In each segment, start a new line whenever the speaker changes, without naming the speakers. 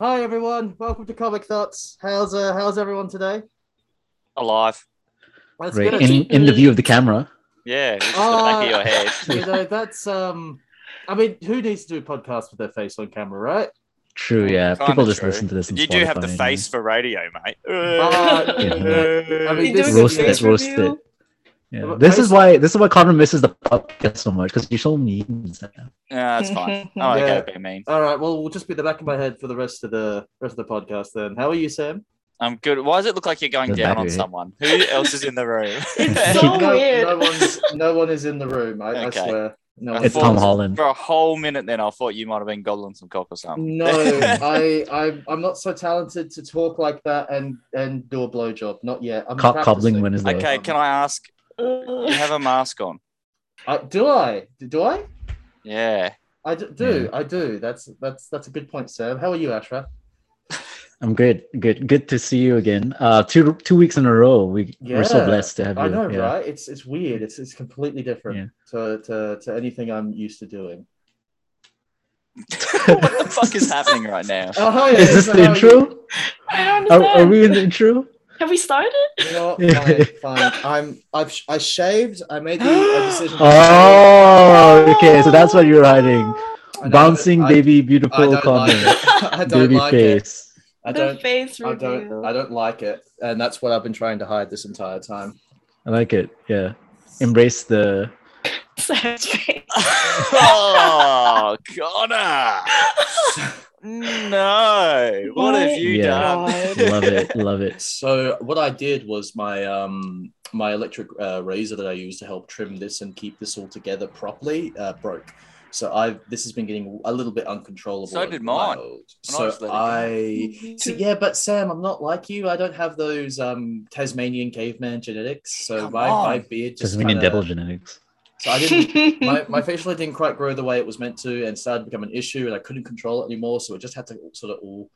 Hi everyone, welcome to Comic Thoughts. How's uh, how's everyone today?
alive.
That's
Great. And in, in the view of the camera.
Yeah, it's just the back of your head.
you know that's um, I mean, who needs to do podcasts with their face on camera, right?
True, yeah.
Kinda
People just
true.
listen to this. on
You do have the
Spotify and-
face for radio, mate.
Ah,
yeah.
I mean,
You're
this
doing a
Roast it,
face
is,
roast it.
reveal?
Yeah.
But
This
face-
is why this is why Connor misses the podcast so much because you show memes.
Yeah, that's fine. I won't
Yeah.
go be mean.
all right. Well, we'll just be the back of my head for the rest of the rest of the podcast. Then, how are you, Sam?
I'm good. Why does it look like you're going
The
down
back
on
of it.
someone? Who else is in the room?
It's so
no,
weird.
no one's no one is in the room. I, I
Okay.
swear, no
I
one's
It's
in the
thought-
Tom
room.
Holland.
For a whole minute, then I thought you might have been gobbling some cock or something.
No, I, I, I'm not so talented to talk like that and and do a blowjob. Not yet. I'm
Cop- cobbling
practicing.
when is the
Okay, can I ask? You
Ugh.
have a mask on.
I, Uh, do I? Do I?
Yeah.
I d- do. I do. That's that's that's a good point, Sam. How are you, Ashra?
I'm good. Good. Good to see you again. Uh two two weeks in a row. We we're so
Yeah,
blessed to have you.
I know,
yeah.
right? It's it's weird. It's it's completely different to, to to anything I'm used to doing.
what the fuck is happening right now?
Oh, hi,
Is this
Ezra,
the
how are you?
intro?
I don't
Are,
understand.
are we in the intro?
Have we started?
You know what? Fine, fine. I'm I've sh- I shaved. I made the a decision. to shave.
Oh, okay. So that's what you're hiding.
I know,
Bouncing
I-
baby
I
beautiful
don't like
Connor.
it. I don't
Baby
like it.
face.
I
the
don't.
face
I
reveal.
don't. I don't like it, and that's what I've been trying to hide this entire time.
I like it. Yeah. Embrace the
Sam's face.
oh, Connor! No. What have you
Yeah.
done?
love it. Love it.
So what I did was my um my electric uh, razor that I use to help trim this and keep this all together properly uh, broke. So I this has been getting a little bit uncontrollable.
So
and
did
wild.
mine. And I just
So
let it go.
I so yeah, but Sam, I'm not like you. I don't have those um Tasmanian caveman genetics. So
Come
my, my
on.
beard just
Doesn't mean in
kinda-
devil genetics.
So I didn't my, my facial hair didn't quite grow the way it was meant to and started to become an issue and I couldn't control it anymore. So it just had to sort of all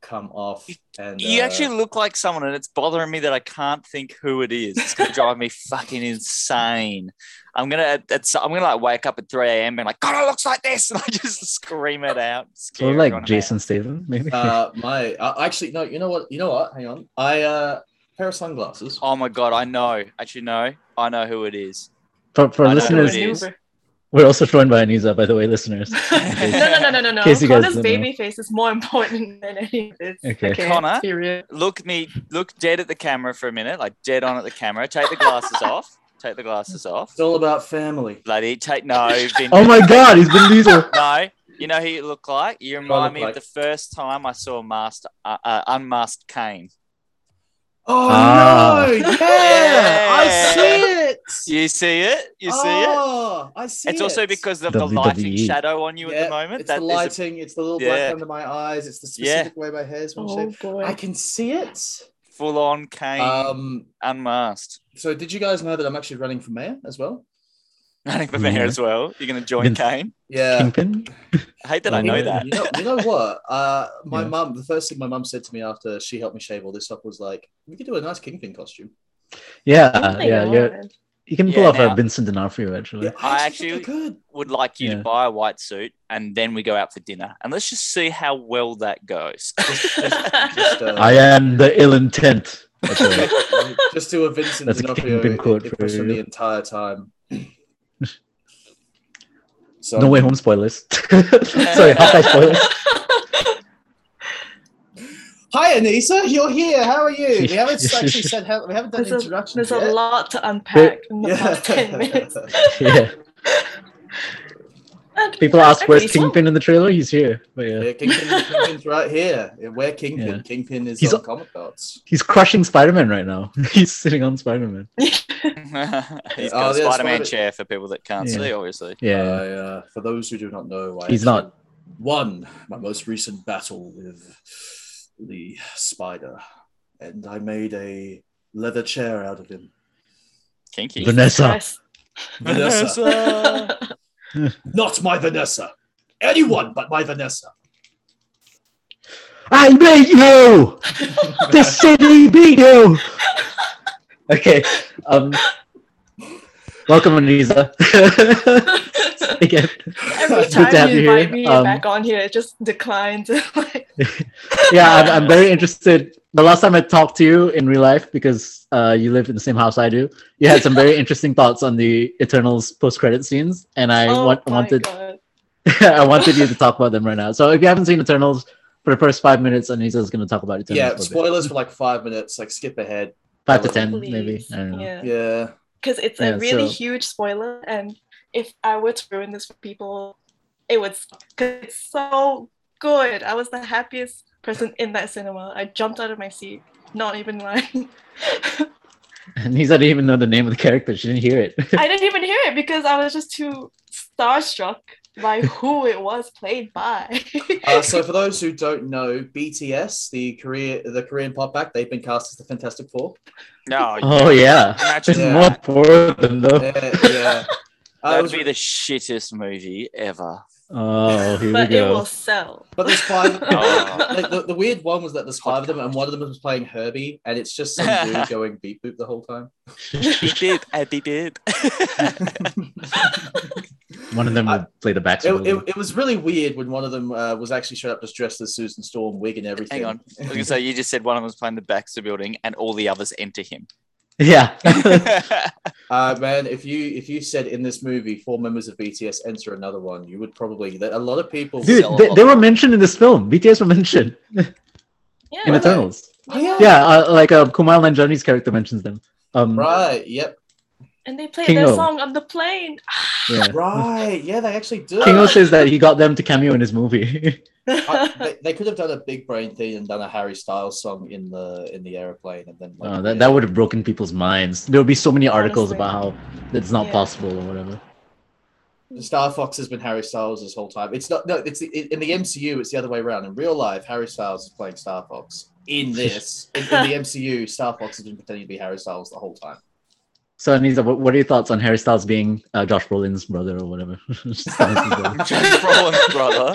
come off. And
You
uh,
actually look like someone, and it's bothering me that I can't think who it is. It's gonna drive me fucking insane. I'm gonna, at- at so- I'm gonna like wake up at 3 a.m. and like, God, it looks like this, and I just scream it out.
Sort
Scare
of like
everyone
Jason Statham, maybe.
uh my uh, actually no you know what you know what hang on i uh pair of sunglasses
out. Oh my god, I know. Actually, no, I know who it is.
for for
I
our
don't know
listeners,
who it is.
we're also thrown by Anisa, by the way, listeners.
no, no, no, no, no, no.
Casey guys
Connor's
don't know.
baby face is more important than any of this.
Okay.
Connor?
let's be real.
Look me, look dead at the camera for a minute, like dead on at the camera. Take the glasses off. Take the glasses off.
it's all about family
Bloody take no, Vin
oh my god, he's Vin Diesel.
No, you know who you look like. You
look
remind me
like?
of the first time I saw Master uh, uh, Unmasked Kane.
oh
Ah.
no yeah i see it
You see it? You see it?
oh, i see
It's
it.
also because of the
WWE.
lighting shadow on you at
Yeah,
the moment.
it's
That
the
is a-
lighting it's the little black
Yeah.
under my eyes it's the
Yeah.
specific way my hair's when I'm
Oh
shaved.
boy.
i can see it
full on Kane
um
unmasked.
so did you guys know that i'm actually running for mayor as well
Running for mayor
Yeah.
as well. You're going to join
Vin-
Kane.
yeah
Kingpin.
I hate that I
Oh,
know
yeah.
that.
You know, you know what? Uh, my
Yeah.
mum, the first thing my mum said to me after she helped me shave all this up was like, we could do a nice kingpin costume.
Yeah,
Oh my
Uh, yeah, yeah.
God.
You can pull
Yeah,
off a
now-
Vincent D'Onofrio actually.
I
think I could.
Would like you
Yeah.
to buy a white suit and then we go out for dinner and let's just see how well that goes.
Just, uh,
I am the ill intent. That's right.
just do a Vincent
That's a
D'Onofrio
kingpin quote
impression
for
the
you.
entire time. so,
no way home spoilers. Sorry, half past spoilers.
Hi, Anissa, you're here. How are you? We haven't actually said how, we haven't done
There's a-
introductions
There's a
yet.
lot to unpack in the past 10 minutes.
Yeah. People ask where's Kingpin in the trailer? He's here. But yeah.
Yeah, Kingpin, Kingpin's right here. Yeah, We're Kingpin.
Yeah.
Kingpin is
He's
on
a-
Comic Dots.
He's crushing Spider-Man right now. He's sitting on Spider-Man.
He's
Oh,
got a
yeah,
Spider Man
Spider-
chair for people that can't
Yeah.
see, obviously.
Yeah.
I, uh, for those who do not know, I
He's
actually
not.
won my most recent battle with the spider, and I made a leather chair out of him.
Kinky.
Vanessa.
Vanessa, not my Vanessa. Anyone but my Vanessa.
I made you! the city beat you. Okay. Um. Welcome, Anisa. Again.
Every
Uh,
Good to have
time
you
you
here.
invite me
Um,
back on here, it just declines. Like,
yeah, I'm, I'm very interested. The last time I talked to you in real life, because uh, you live in the same house I do, you had some very interesting thoughts on the Eternals post-credit scenes, and I
Oh
want,
my
wanted
God.
I wanted you to talk about them right now. So if you haven't seen Eternals for the first five minutes, Anisa's going to talk about Eternals.
yeah,
for a bit.
spoilers for like five minutes. Like skip ahead.
five to ten,
Please.
maybe. I don't know.
Yeah.
Yeah,
because it's
Yeah,
a really
so-
huge spoiler and if i were to ruin this for people it would because it's so good i was the happiest person in that cinema i jumped out of my seat not even lying
Anisa didn't even know the name of the character; she didn't hear it.
i didn't even hear it because i was just too starstruck by who it was played by
Oh,
Uh, so for those who don't know, BTS, the Korea, the Korean pop act, they've been cast as the Fantastic Four.
No,
oh yeah,
imagine
there's
Yeah.
more four of them though.
Yeah, yeah. Uh, it
that'd
was-
be the shittest movie ever.
Oh, here
but
we
it
go.
will sell
but there's five.
Oh.
like, the, the weird one was that there's five of them, and one of them was playing Herbie, and it's just some dude going beep boop the whole time.
beep beep, uh, beep beep.
One of them
I-
would play the
It,
backstory.
it, it was really weird when one of them uh, was actually showed up just dressed as Susan Storm, wig and everything.
Hang on. I was gonna say you just said one of them was playing the Baxter Building, and all the others enter him.
yeah.
Uh, man, if you if you said in this movie four members of BTS enter another one, you would probably that a lot of people.
Dude,
sell a
they,
lot
they were
more.
mentioned in this film. BTS were mentioned
yeah
in
Were they?
Eternals.
Oh, yeah.
Yeah, uh, like uh, Kumail Nanjiani's character mentions them. Um,
Right. Yep.
and they played
King
their
O.
song on the plane
Yeah.
Right. Yeah, they actually do.
Kingo says that he got them to cameo in his movie.
I- they, they could have done a big brain thing and done a Harry Styles song in the in the airplane, and then like,
Uh, that that would have broken people's minds. There would be so many articles
Honestly.
about how it's not
Yeah.
possible or whatever.
Star Fox has been Harry Styles this whole time. It's not no. It's the, in the MCU. It's the other way around. In real life, Harry Styles is playing Star Fox. In this, in, in the MCU, Star Fox has been pretending to be Harry Styles the whole time.
So, Anisa, what, what are your thoughts on Harry Styles being uh, Josh Brolin's brother or whatever? Styles'
Roland's brother.
brother.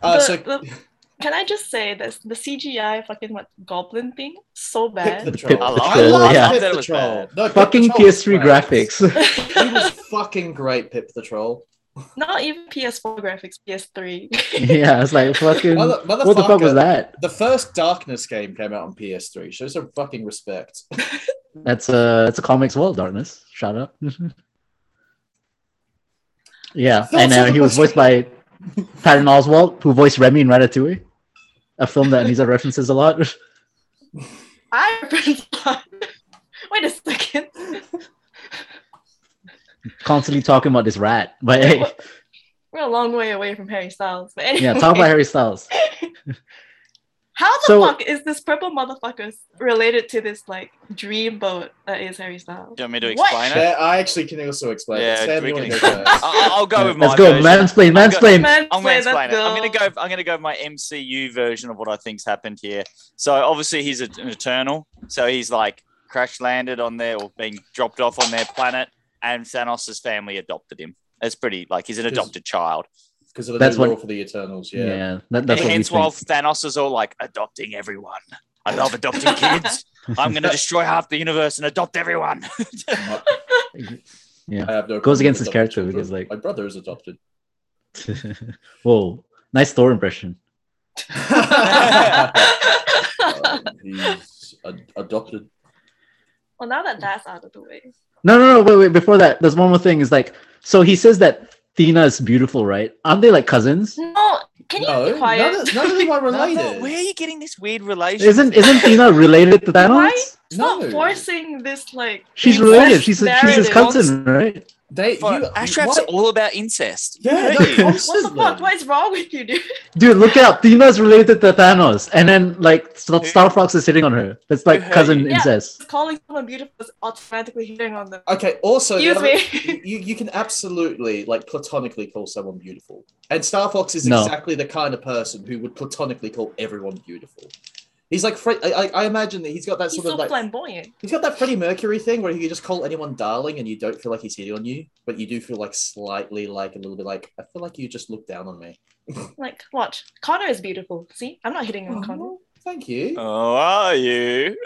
Uh,
The-
so
the- can I just say this? The CGI fucking what goblin thing so
pick the
bad.
troll.
I
love-
I love
yeah.
that
Pip
it
the
was
troll. No, Pip the
Fucking
Troll was
PS3
great.
graphics.
He was fucking great, Pip the Troll.
Not even PS4 graphics, PS3.
yeah, it's like fucking.
Mother,
What the fuck was
motherfucker.
that?
The first Darkness game came out on PS3. Show some fucking respect.
That's a that's a comics world, darkness. Shut up. yeah,
Don't
and
say
uh,
the
he was
worst
voiced by Patton Oswalt, who voiced Remy in Ratatouille, a film that Anisa references a lot.
I Wait a second.
Constantly talking about this rat, but hey,
We're a long way away from Harry Styles. But anyway,
yeah, talk about Harry Styles.
how the
So-
fuck is this purple motherfucker related to this like dream boat that is Harry Styles?
Do you want me to
What?
explain it?
Yeah, I actually can also explain. it.
Yeah,
Sam,
we
you
can
wanna go
explain.
first?
I- I'll go with my
Let's go,
version.
mansplain,
I've got-
mansplain.
Man,
I'm going
say,
to explain
let's
it. I'm going to
go.
go. I'm going to go with my MCU version of what I think's happened here. So obviously he's an Eternal. So he's like crash landed on there or being dropped off on their planet, and Thanos' family adopted him. That's pretty like he's an
Because-
adopted child.
Because of the
That's
new
what-
rule for the Eternals.
Yeah,
Yeah.
that,
And
that's what we
hence, while
think.
Thanos is all like adopting everyone. I love adopting kids. I'm going to destroy half the universe and adopt everyone.
I have no
Goes
problem
against
with
his character
adopted
because,
children.
like-
my brother is adopted.
Whoa, nice Thor impression.
Um, he's ad- adopted.
well, now that that's out of the way,
No, no, no, wait, wait. Before that, there's one more thing. Is like, so he says that Thena is beautiful, right? Aren't they like cousins?
no, can you
no,
be quiet?
none of, none of them are
Nanda,
related.
Where are you getting this weird relation?
Isn't isn't Thena related to Thanos?
Why? Stop
No.
forcing this like.
She's
incest
related. She's she's his
narrative.
cousin, right?
They, you,
For- Ashraf's
why-
all about incest.
Yeah, no,
Hey.
What the
constantly.
fuck? What is wrong with you, dude?
Dude, look it up. Thena's related to Thanos, and then like Star, Star Fox is hitting on her. That's like
Hey.
cousin
Yeah.
incest.
Calling someone beautiful is automatically hitting on them.
Okay. Also, the
Excuse
other-
me.
you you can absolutely like platonically call someone beautiful, and Star Fox is
No.
exactly the kind of person who would platonically call everyone beautiful. He's like Fred. I, I- I imagine that he's got that
He's
sort
so
of like
flamboyant.
he's got that Freddie Mercury thing where he can just call anyone darling, and you don't feel like he's hitting on you, but you do feel like slightly like a little bit like I feel like you just looked down on me.
Like, watch. Connor is beautiful. See, I'm not hitting on Connor.
Oh, thank you.
Oh, are you?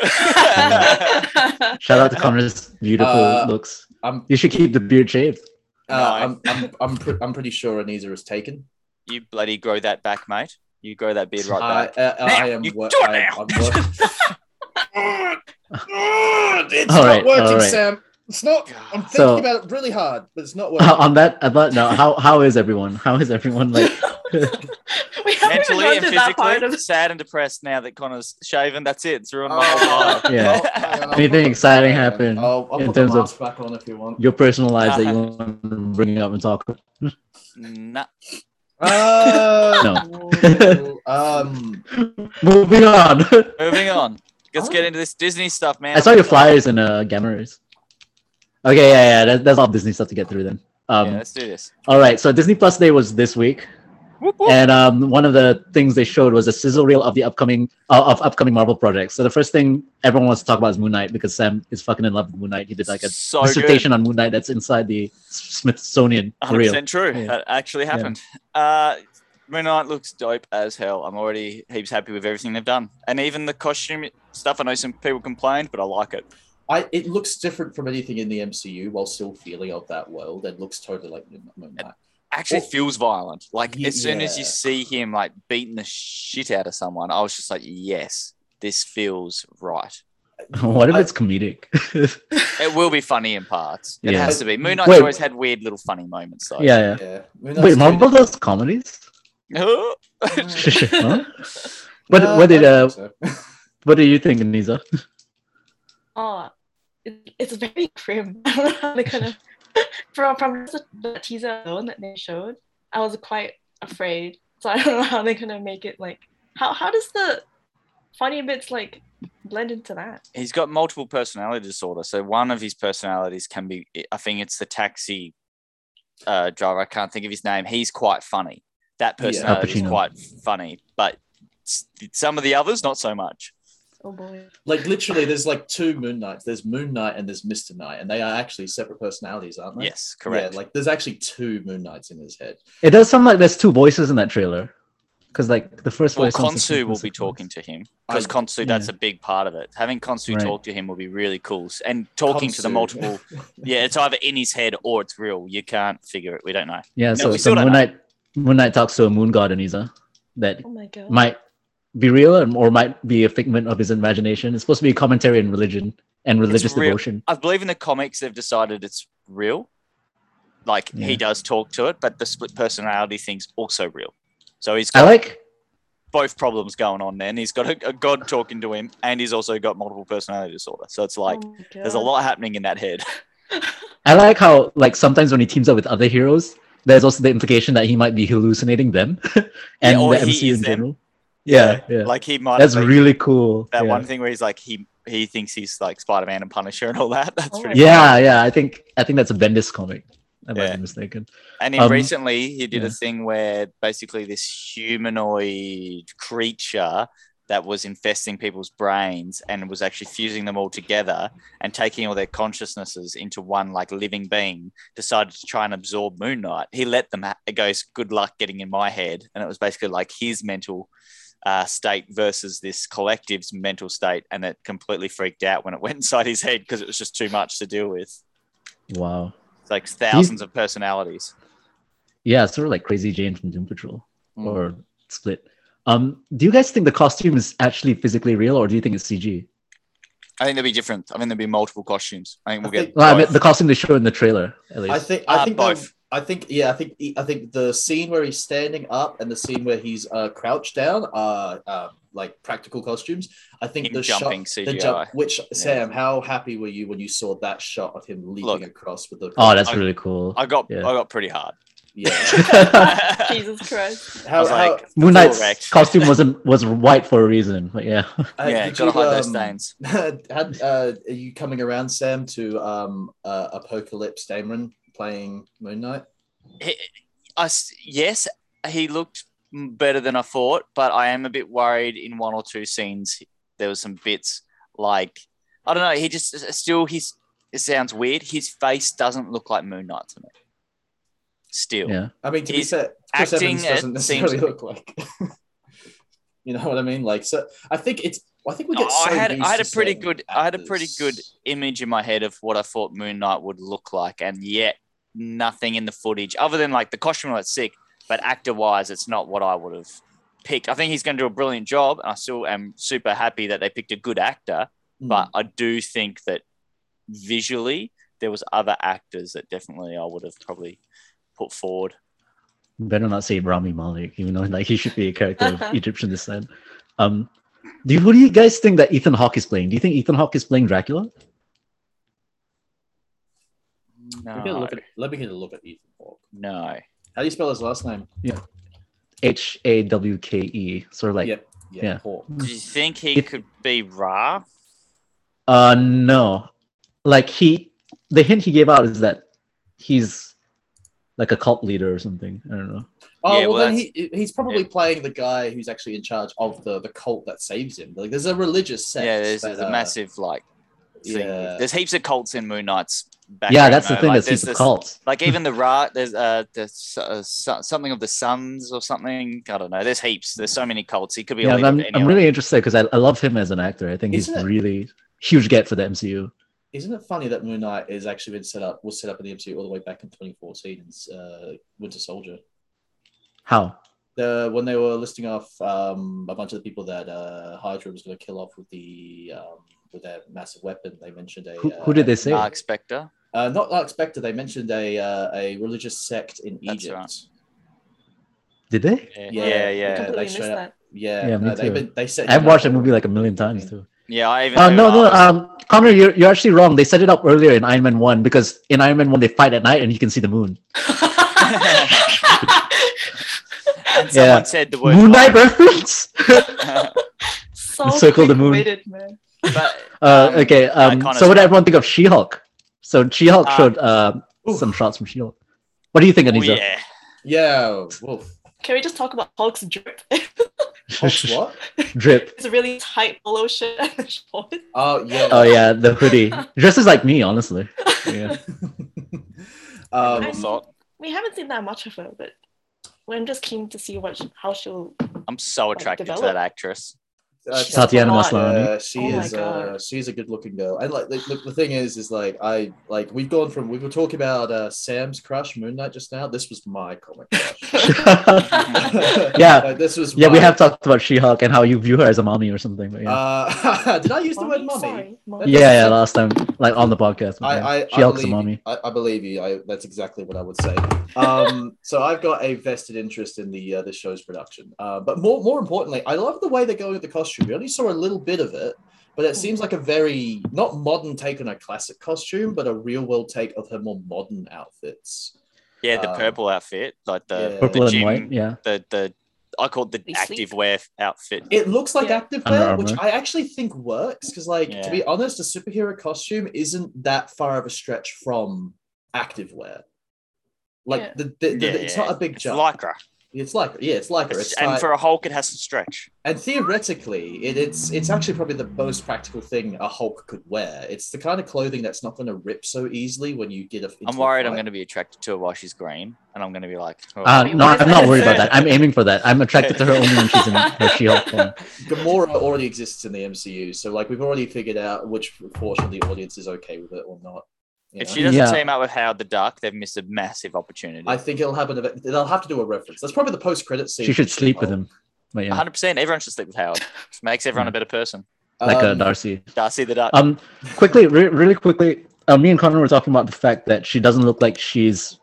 Shout out to Connor's beautiful
Uh,
looks.
I'm
You should keep the beard shaved.
uh, I'm I'm I'm, pre- I'm pretty sure Anisa is taken.
you bloody grow that back, mate. You grow that beard right
I,
back.
uh, I
Now,
am.
you
wor-
do it
I,
now.
I'm wor- it's
All
not
right,
working,
all right.
Sam. It's not. I'm thinking
So-
about it really hard, but it's not working.
on that, I thought, no, how, how is everyone? How is everyone? Like,
we haven't
Mentally
even
and
gone to that part of
physically, sad and depressed now that Connor's shaven. That's it. It's ruined my
Oh.
whole life.
Yeah.
Oh, hang on, I'll
Anything
put the-
exciting
hang on.
happened
I'll, I'll
in
put the
terms of-
mask back on if you want.
your personal lives that you want to bring up and talk about.
Nah.
Uh,
No.
um,
Moving on.
Moving on. Let's
Oh.
get into this Disney stuff, man.
I saw your flyers and uh, gamma rays. Okay, yeah, yeah, that, that's all Disney stuff to get through then. Um,
yeah, let's do this.
All right, so Disney Plus Day was this week,
Whoop, whoop.
and um, one of the things they showed was a sizzle reel of the upcoming uh, of upcoming Marvel projects. So the first thing everyone wants to talk about is Moon Knight because Sam is fucking in love with Moon Knight. He did like a
so good.
dissertation on Moon Knight that's inside the Smithsonian for
100%
real.
true.
Yeah.
That actually
Yeah.
happened. Uh, Moon Knight looks dope as hell. I'm already heaps happy with everything they've done. And even the costume stuff, I know some people complained, but I like it.
I it looks different from anything in the MCU while still feeling of that world. It looks totally like Moon Knight.
Actually
Well-
Oh.
feels violent. Like
Ye-
as soon as you
yeah.
see him like beating the shit out of someone, I was just like, yes, this feels right.
what if
I-
it's comedic?
It will be funny in parts. It
Yeah.
has to be. Moon Knight's
Wait.
always had weird little funny moments though.
yeah, yeah.
Yeah. Moon Knight's
Wait,
doing
Marvel
it.
does comedies?
Yeah.
Huh? What
No,
what did
I don't
uh
think so.
what do you think, Niza?
Oh, it, it's very grim. I don't know how they kind of from from just the teaser alone that they showed, I was quite afraid. So I don't know how they're gonna make it like how how does the funny bits like blend into that?
he's got multiple personality disorder. So one of his personalities can be, I think it's the taxi uh, driver. I can't think of his name. He's quite funny. That
Yeah.
personality is
Cappuccino.
quite funny, but s- some of the others not so much.
Oh boy.
like literally, there's like two Moon Knights. There's Moon Knight and there's Mister Knight, and they are actually separate personalities, aren't they?
Yes, correct.
Yeah, like there's actually two Moon Knights in his head.
It does sound like there's two voices in that trailer. Because like the first
well,
voice sounds
Konsu
different
will
from
be
the second
talking to him
I-
because Konsu, that's a big part of it. Having Konsu
Right.
talk to him will be really cool. S- And talking to the
Konsu.
multiple, yeah, it's either in his head or it's real. You can't figure it. We don't know.
Yeah, so,
we
so
still don't
Moon
know.
Knight Moon Knight talks to a moon god Anisa that
Oh my god.
might be real and or might be a figment of his imagination. It's supposed to be commentary on religion and religious
real.
devotion.
I believe in the comics they've decided it's real. Like
Yeah.
he does talk to it, but the split personality thing's also real. So he's
I
got
like
both problems going on then. He's got a, a god talking to him and he's also got multiple personality disorder. So it's like
Oh my
there's a
God.
lot happening in that head.
I like how like sometimes when he teams up with other heroes, there's also the implication that he might be hallucinating them and
or
the
he
MCU
is
in
them.
general. Yeah, yeah.
Like he might
That's
like,
really cool.
that
yeah.
one thing where he's like he he thinks he's like Spider Man and Punisher and all that. That's
Oh my
pretty
God.
Yeah, yeah. I think I think that's a Bendis comic. I might
Yeah.
be mistaken.
And then
Um,
recently he did a
yeah.
thing where basically this humanoid creature that was infesting people's brains and was actually fusing them all together and taking all their consciousnesses into one like living being decided to try and absorb Moon Knight. He let them ha- it goes good luck getting in my head and it was basically like his mental uh, state versus this collective's mental state and it completely freaked out when it went inside his head because it was just too much to deal with.
Wow.
It's like thousands of personalities.
Yeah, sort of like Crazy Jane from Doom Patrol
Mm.
or Split. Um, do you guys think the costume is actually physically real or do you think it's CG?
I think there'll be different. I think there'll be multiple costumes. I
Oh,
think
I
we'll get.
think-
Well, I mean,
both.
the costume they show in the trailer, at least.
I think I
Uh,
think
both.
the- I think yeah, I think I think the scene where he's standing up and the scene where he's uh, crouched down are uh, like practical costumes. I think
Him
the shot-
jumping
the
CGI.
jump, which Sam, how happy were you when you saw that shot of him leaping
Look.
across with the?
oh, that's
I-
really cool.
I got.
Yeah.
I got pretty hard.
yeah.
Jesus Christ.
How,
was
how
like,
Moon
Full
Knight's
wrecked.
costume wasn't was white for a reason, but yeah.
uh,
yeah,
did
got to
you,
hide those
um,
stains.
had uh, are you coming around, Sam, to um, uh, Apocalypse Dameron playing Moon Knight?
He, I s yes, he looked m- better than I thought, but I am a bit worried. In one or two scenes, there was some bits like I don't know. He just uh, still his. It sounds weird. His face doesn't look like Moon Knight to me. Still,
Yeah.
I mean, to
He's
be fair, Chris
acting,
Evans
it
doesn't necessarily
seems-
look like. you know what I mean? Like, so I think it's. I think we get.
Oh, I
so
had
used
I had
to
a pretty
certain
good I had a pretty good
actors.
image in my head of what I thought Moon Knight would look like, and yet nothing in the footage other than like the costume looks sick, but actor wise, it's not what I would have picked. I think he's going to do a brilliant job, and I still am super happy that they picked a good actor.
Hmm.
But I do think that visually there was other actors that definitely I would have probably put forward.
Better not say Rami Malek, even though like he should be a character of Egyptian descent. Um, do you, what do you guys think that Ethan Hawke is playing? Do you think Ethan Hawke is playing Dracula?
Let me, get a
No,
look at, let me get a look at Ethan Hawke.
no.
How do you spell his last name?
H A W K E, sort of like.
yep. Yeah,
yeah.
Hawke.
Do you think he
If-
could be Ra?
Uh, no, like he, the hint he gave out is that he's like a cult leader or something. I don't know.
Oh
Yeah,
well,
well,
then he, he's probably playing the guy who's actually in charge of the, the cult that saves him. Like, there's a religious sect.
yeah, there's,
that,
there's a
uh,
massive like thing.
yeah.
There's heaps of cults in Moon Knight's.
yeah,
background,
that's the
though.
thing.
Like,
that's
there's
he's
uh,
a
this-
cult.
Like even the Ra, there's uh, there's uh, so- something of the Suns or something. I don't know. There's heaps. There's so many cults. He could be. a
Yeah,
leader of
I'm,
any
I'm
of
really interested because I, I love him as an actor. I think he's
Isn't it-
really huge get for the MCU.
Isn't it funny that Moon Knight has actually been set up was set up in the MCU all the way back in 2014 in uh, Winter Soldier?
How?
The when they were listing off um, a bunch of the people that uh, Hydra was going to kill off with the um, with their massive weapon, they mentioned a
Who,
uh,
who did they say?
Dark Spectre.
Uh, not Dark Spectre. They mentioned a uh, a religious sect in
That's
Egypt.
right.
Did they?
Yeah,
Yeah.
yeah,
I
yeah,
they
completely missed
straight up-
that.
Yeah,
Yeah, me
no, they've
too.
been, they set
I've watched that movie like a million times too.
yeah. I even.
Uh, no,
knew
no,
I was-
um, Connor, you're, you're actually wrong. They set it up earlier in Iron Man 1 because in Iron Man 1, they fight at night and you can see the moon.
and
yeah.
someone said the word
moon Knight
God.
reference?
so
Circle the moon.
quick-witted, man.
but
Uh,
Um,
okay, um,
Connor
so what
Scott.
did everyone think of She Hulk? So She Hulk
Uh,
showed uh,
oof.
some shots from She Hulk. What do you think,
oh,
Anisa?
yeah.
Yeah, well,
Can we just talk about Hulk's drip?
Hulk's what?
Drip.
it's a really tight polo shirt and the shorts.
Oh yeah.
Oh, yeah, the hoodie. Dresses like me, honestly. Yeah.
Um,
Little thought.
We haven't seen that much of her, but I'm just keen to see what how she'll.
I'm so attracted to
develop.
that actress.
uh,
She's
Tatiana
hot.
Maslany.
Uh, she
Oh my
is uh,
God.
she's a good looking girl. And like the, the thing is, is like I like we've gone from we were talking about uh, Sam's crush, Moon Knight just now. This was my comic crush.
Yeah.
Like, this was
yeah, we
my-
have talked about She Hulk and how you view her as a mommy or something. But yeah.
Uh, did I use the word
Mommy?
mummy?
Sorry, mommy.
yeah, yeah, last time, like on the podcast. but yeah.
I, I,
she
I
Hulk's a
believe,
mommy.
I, I believe you. I, that's exactly what I would say. Um, so I've got a vested interest in the uh, the show's production. Uh, but more more importantly, I love the way they're going with the costume. We only saw a little bit of it, but it seems like a very not modern take on a classic costume, but a real world take of her more modern outfits.
Yeah, the
Um,
purple outfit, like the
yeah.
Purple
the
and
gym,
white, yeah.
the the I call it the
They sleep.
active wear outfit.
It looks like
Yeah.
active
Under
activewear, which
Armour.
I actually think works because, like, to
Yeah.
be honest, a superhero costume isn't that far of a stretch from activewear. Like
Yeah.
the, the, the-
Yeah,
it's
yeah.
not a big
It's
jump.
lycra,
It's like yeah, it's like her. It's
and
tight.
for a Hulk, it has to stretch.
and theoretically, it, it's it's actually probably the most practical thing a Hulk could wear. It's the kind of clothing that's not going to rip so easily when you get a.
I'm worried I'm going to be attracted to her while she's green, and I'm going to be like, oh.
Uh,
Wait,
no,
what is
I'm not
that?
worried about that. I'm aiming for that. I'm attracted to her only when she's in her She-Hulk form.
Gamora already exists in the MCU, so like we've already figured out which portion of the audience is okay with it or not. you
if
know?
she doesn't
Yeah.
team up with Howard the Duck, they've missed a massive opportunity.
I think it'll happen. ev- They'll have to do a reference. That's probably the post-credit scene.
She
for
should sleep with
She-Hulk.
him. But
Uh,
yeah,
100. percent Everyone should sleep with Howard. Just makes everyone a better person.
like uh,
Um,
Darcy.
Darcy the Duck.
Um, quickly, re- really quickly, uh, me and Connor were talking about the fact that she doesn't look like she's.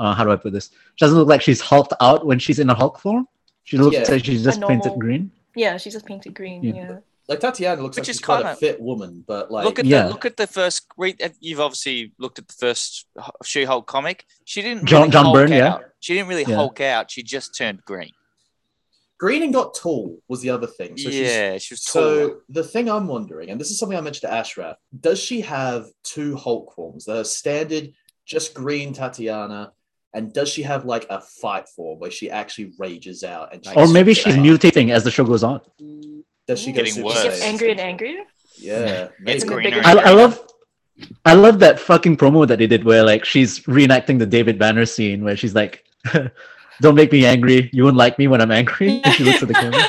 Uh, how do I put this? She doesn't look like she's hulked out when she's in her Hulk form. She looks
Yeah.
like she's just painted
normal-
green.
Yeah, she's just painted green.
Yeah.
Yeah.
like Tatiana looks
Which
like
is
she's quite a
kinda-
fit woman, but like
look at
Yeah.
the look at the first. Read, you've obviously looked at the first She-Hulk comic. She didn't.
John-
really
John
Hulk
Byrne, yeah.
out. She didn't really
Yeah.
Hulk out. She just turned green.
green and got tall was the other thing. So she's
yeah, she was
So
tall.
the thing I'm wondering, and this is something I mentioned to Ashraf, does she have two Hulk forms? The standard, just green Tatiana, and does she have like a fight form where she actually rages out and? she-
Or maybe she's
Yeah.
mutating as the show goes on.
Does she
Getting
go
worse.
She
Super
gets
Saiyan?
angry and angrier.
Yeah,
It's
maybe.
green.
greener.
I,
and
I love I love that fucking promo that they did where like she's reenacting the David Banner scene where she's like, Don't make me angry. You won't like me when I'm angry. And she looks at the camera.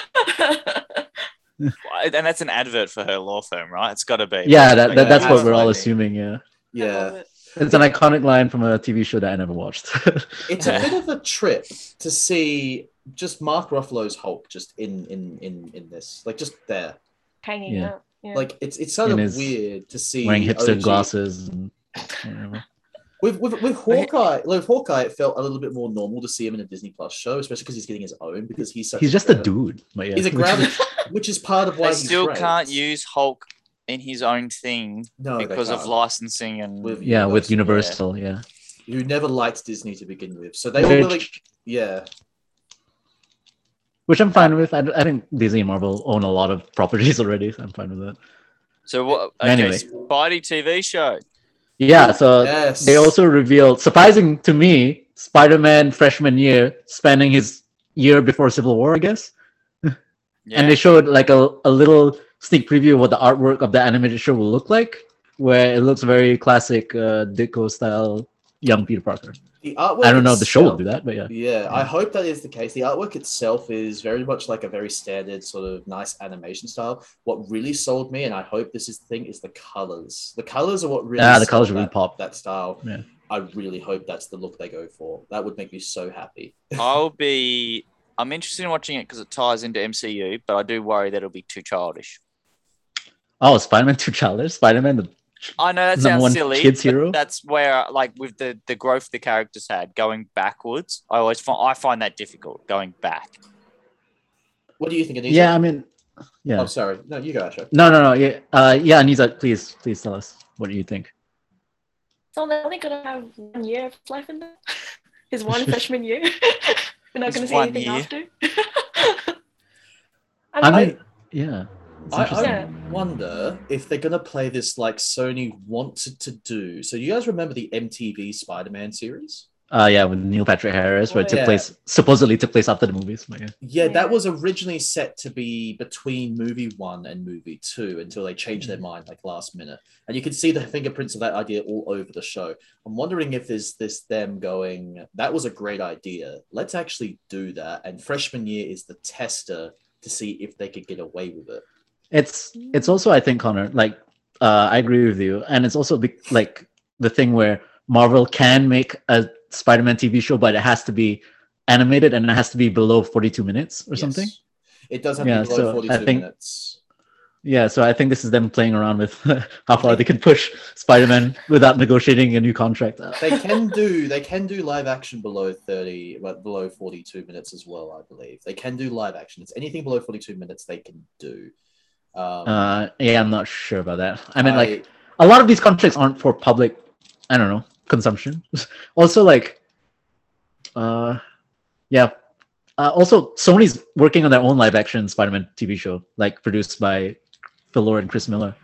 greener. and that's an advert for her law firm, right? It's got to be.
Yeah, that,
Like,
that that's what we're all
absolutely.
assuming, yeah.
Yeah,
It's an iconic line from a TV show that I never watched.
It's a bit of a trip to see just Mark Ruffalo's Hulk just in in in in this, like just there.
hanging
Yeah.
out. Yeah.
Like it's it's sort of
In his-
weird to see
Wearing hipster
OG
glasses and whatever.
With, with, with Hawkeye, like, with Hawkeye, it felt a little bit more normal to see him in a Disney Plus show, especially because he's getting his own. Because he's such
He's just a
grounded-
dude. But yeah.
He's a grounded, which is part of why
They
he's
still
great.
can't use Hulk in his own thing
no, they
because of
can't.
licensing and
With-
Yeah, with
Universal,
Universal, yeah.
who never liked Disney to begin with. So they were
Which,
really, yeah,
which I'm fine with. I, d- I think Disney and Marvel own a lot of properties already, so I'm fine with that.
so what okay,
Anyway.
Spidey TV show.
Yeah, so
yes.
Uh, they also revealed, surprising to me, Spider Man freshman year, spanning his year before Civil War, I guess.
Yeah.
and they showed like a, a little sneak preview of what the artwork of the animated show will look like where it looks very classic uh, ditko style young peter parker
the artwork
i don't know if the show will
itself-
do that but yeah
Yeah, I hope that is the case. The artwork itself is very much like a very standard sort of nice animation style. What really sold me, and I hope this is the thing, is the colors. The colors are what really
Ah, the
sold
colours really
that-
pop.
that style.
Yeah.
I really hope that's the look they go for. That would make me so happy.
I'll be. I'm interested in watching it because it ties into MCU, but I do worry that it'll be too childish.
oh spider-man 2 challenge spider-man the
I know that
number
sounds
one
silly.
kids
but
hero
That's where, like, with the the growth the characters had going backwards, I always find I find that difficult going back.
What do you think, Anita?
yeah i mean yeah
I'm sorry. No, you go, Asha.
no no no yeah uh, yeah Anisa, please please tell us what do you think
So they're only gonna have one year of life in there. His one freshman year. We're not
His
gonna see
one
anything
year.
after.
i
mean,
mean yeah it's
I,
interesting.
I wonder if they're gonna play this like Sony wanted to do. So you guys remember the MTV Spider-Man series?
uh yeah with neil patrick harris where it took
Oh, Yeah.
place supposedly took place after the movies but yeah
Yeah,
Yeah.
that was originally set to be between movie one and movie two until they changed
Mm.
their mind like last minute. And you can see the fingerprints of that idea all over the show. I'm wondering if there's this them going, that was a great idea. Let's actually do that. And freshman year is the tester to see if they could get away with it.
it's it's also i think connor like uh i agree with you and it's also be- like the thing where marvel can make a spider-man tv show but it has to be animated and it has to be below 42 minutes or
Yes.
something
It does have
Yeah,
to be
so I
below 42
think-
minutes.
yeah so i think this is them playing around with how far they can push spider-man without negotiating a new contract Uh,
They can do they can do live action below 30, well, below 42 minutes as well, I believe. They can do live action. It's anything below 42 minutes they can do. Um,
uh yeah i'm not sure about that i mean like a lot of these contracts aren't for public i don't know consumption also like uh yeah uh, also sony's working on their own live action spider-man tv show like produced by phil Lord and chris miller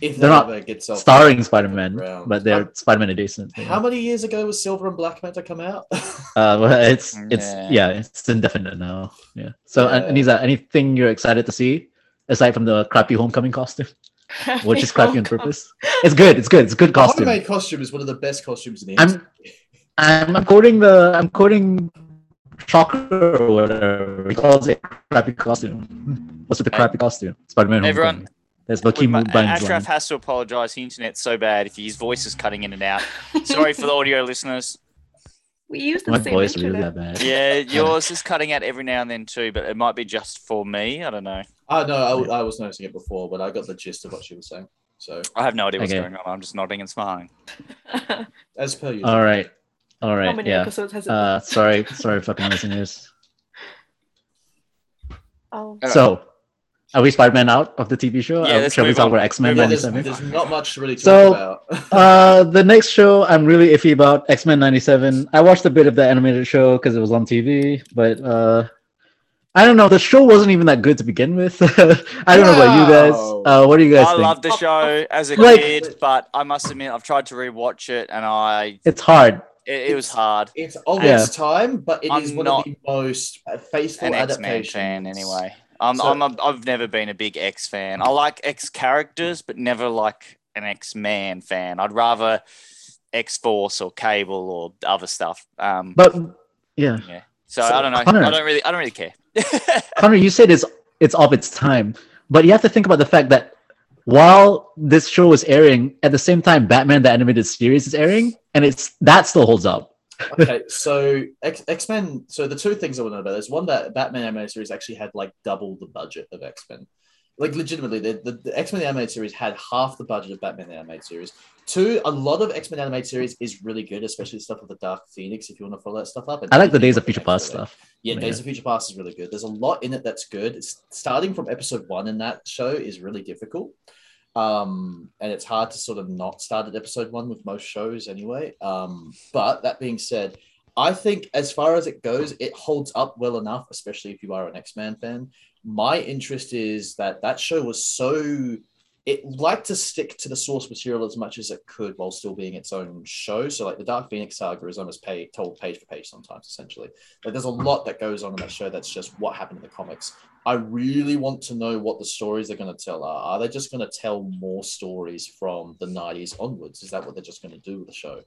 if
they're
that
not
ever gets off
starring
the
spider-man
ground.
but they're
How-
spider-man adjacent
how many years ago was Silver and Black meant to come out?
uh well, it's it's
Yeah.
yeah. it's indefinite now yeah so
Yeah.
yeah. anisa anything you're excited to see aside from the crappy homecoming costume which is crappy on purpose it's good it's good it's a good
The
costume
Homemade costume is one of the best costumes in the
I'm, I'm I'm quoting the I'm quoting Shocker or whatever. He calls it crappy costume. What's with the crappy costume? Spider Man.
Everyone-
There's
We mu-
Bakim Bunch.
Ashraf has to apologize. The internet's so bad. If his voice is cutting in and out. Sorry for the audio listeners.
we use the
My
same
voice really
internet.
that bad.
Yeah, yours is cutting out every now and then too, but it might be just for me. I don't know.
I know I, w- I was noticing it before, but I got the gist of what she was saying. So,
I have no idea what's
Okay.
going on. I'm just nodding and smiling.
as per usual,
All right. All
How
right.
many
Yeah.
episodes has it
Uh, sorry, sorry, fucking listeners.
been? Oh,
Alright.
So, are we Spider Man out of the TV show?
Yeah,
Uh,
let's
Shall we
move
talk
on.
about X Men
Move
yeah,
on.
there's,
97?
there's not much really to
So-
talk about.
Uh, the next show I'm really iffy about X Men '97. I watched a bit of the animated show because it was on TV, but uh, I don't know. The show wasn't even that good to begin with. I don't know about you
Wow.
guys. Uh, what do you guys
I
think?
loved the show as a
Like-
kid, but I must admit I've tried to rewatch it and I
it's hard.
it, it was hard.
It's of
Yeah.
its time, but it is
I'm
one
not
of the most uh, faithful
an X Men
adaptations.
fan anyway. I'm,
So-
I'm a, I've never been a big X fan. I like X characters, but never like an X Man fan. I'd rather X Force or Cable or other stuff. Um,
But yeah,
yeah. So,
So,
I don't know.
Connor-
I don't really. I don't really care.
Connor, you said it's it's of its time, but you have to think about the fact that while this show was airing, at the same time, Batman the animated series is airing, and it's that still holds up.
okay, so X Men. So the two things I want to know about is one that Batman animated series actually had like double the budget of X Men. Like legitimately, the, the, the X Men animated series had half the budget of Batman the animated series. Two, a lot of X Men animated series is really good, especially the stuff with the Dark Phoenix. If you want to follow that stuff up, And
I like the
anything
Days of
with
Future
X-Men.
Past stuff.
Yeah,
Yeah.
Days of Future Past is really good. There's a lot in it that's good. It's, starting from episode one in that show is really difficult. Um, and it's hard to sort of not start at episode one with most shows anyway. Um, but that being said, I think as far as it goes, it holds up well enough, especially if you are an X Man fan. My interest is that that show was so it liked to stick to the source material as much as it could while still being its own show. So like the Dark Phoenix saga is almost pay, told page for page sometimes, essentially. Like there's a lot that goes on in that show that's just what happened in the comics. I really want to know what the stories they're going to tell are. Are they just going to tell more stories from the 90s onwards? Is that what they're just going to do with the show?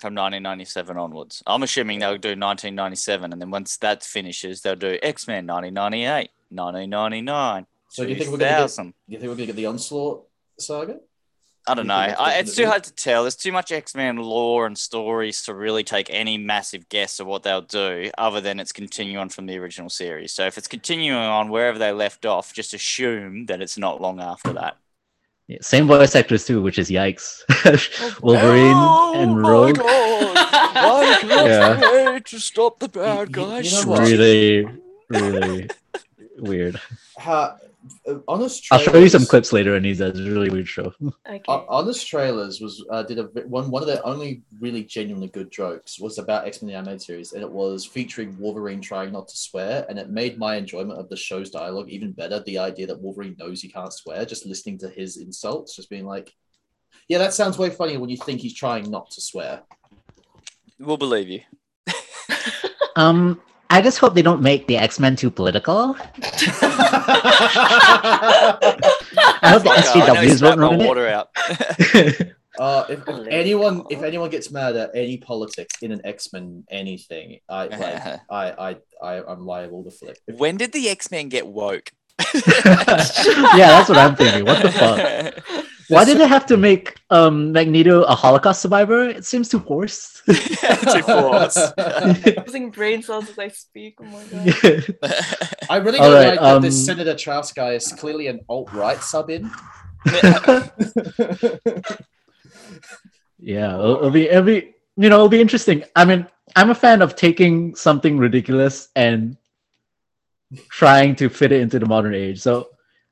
from 1997 onwards. I'm assuming they'll do 1997, and then once that finishes, they'll do X Men 1998, 1999.
So do you think we're going to get?
2000.
Do you think we're going to get the Onslaught saga?
I don't
You
know.
think that's
I,
what
it's
it'll
too
be?
hard to tell. There's too much X Men lore and stories to really take any massive guess of what they'll do, other than it's continuing from the original series. So if it's continuing on wherever they left off, just assume that it's not long after that.
Yeah, same voice actors too, which is yikes. Wolverine
Oh
and
my
Rogue.
God. I can't wait to stop the bad
You- you- you
guys.
know what?
Really, really weird.
How, uh, honest.
I'll show you some
trailers-
clips later, Anisa. It's a really weird show.
Okay.
O- Honest Trailers was uh, did a vi- one one of their only really genuinely good jokes was about X Men the Animated Series, and it was featuring Wolverine trying not to swear, and it made my enjoyment of the show's dialogue even better. The idea that Wolverine knows he can't swear, just listening to his insults, just being like, "Yeah, that sounds way funnier when you think he's trying not to swear."
We'll believe you.
Um, I just hope they don't make the X Men too political. I hope the
Fuck, I nearly
SJWs
Oh, spat
won't
my
ruin it.
water out.
Uh, if, if anyone if anyone gets mad at any politics in an X Men anything, I like, I, I I I'm liable to flip. If
when did the X Men get woke?
yeah, that's what I'm thinking. What the fuck? Why did they have to make um, Magneto a Holocaust survivor? It seems too forced.
Too forced.
Using brain cells as I speak. Oh my god.
yeah,
I really
All
don't
right,
like that this
um,
Senator Trask guy is clearly an alt right sub in.
it'll, it'll be it'll be you know it'll be interesting. I mean, I'm a fan of taking something ridiculous and trying to fit it into the modern age. So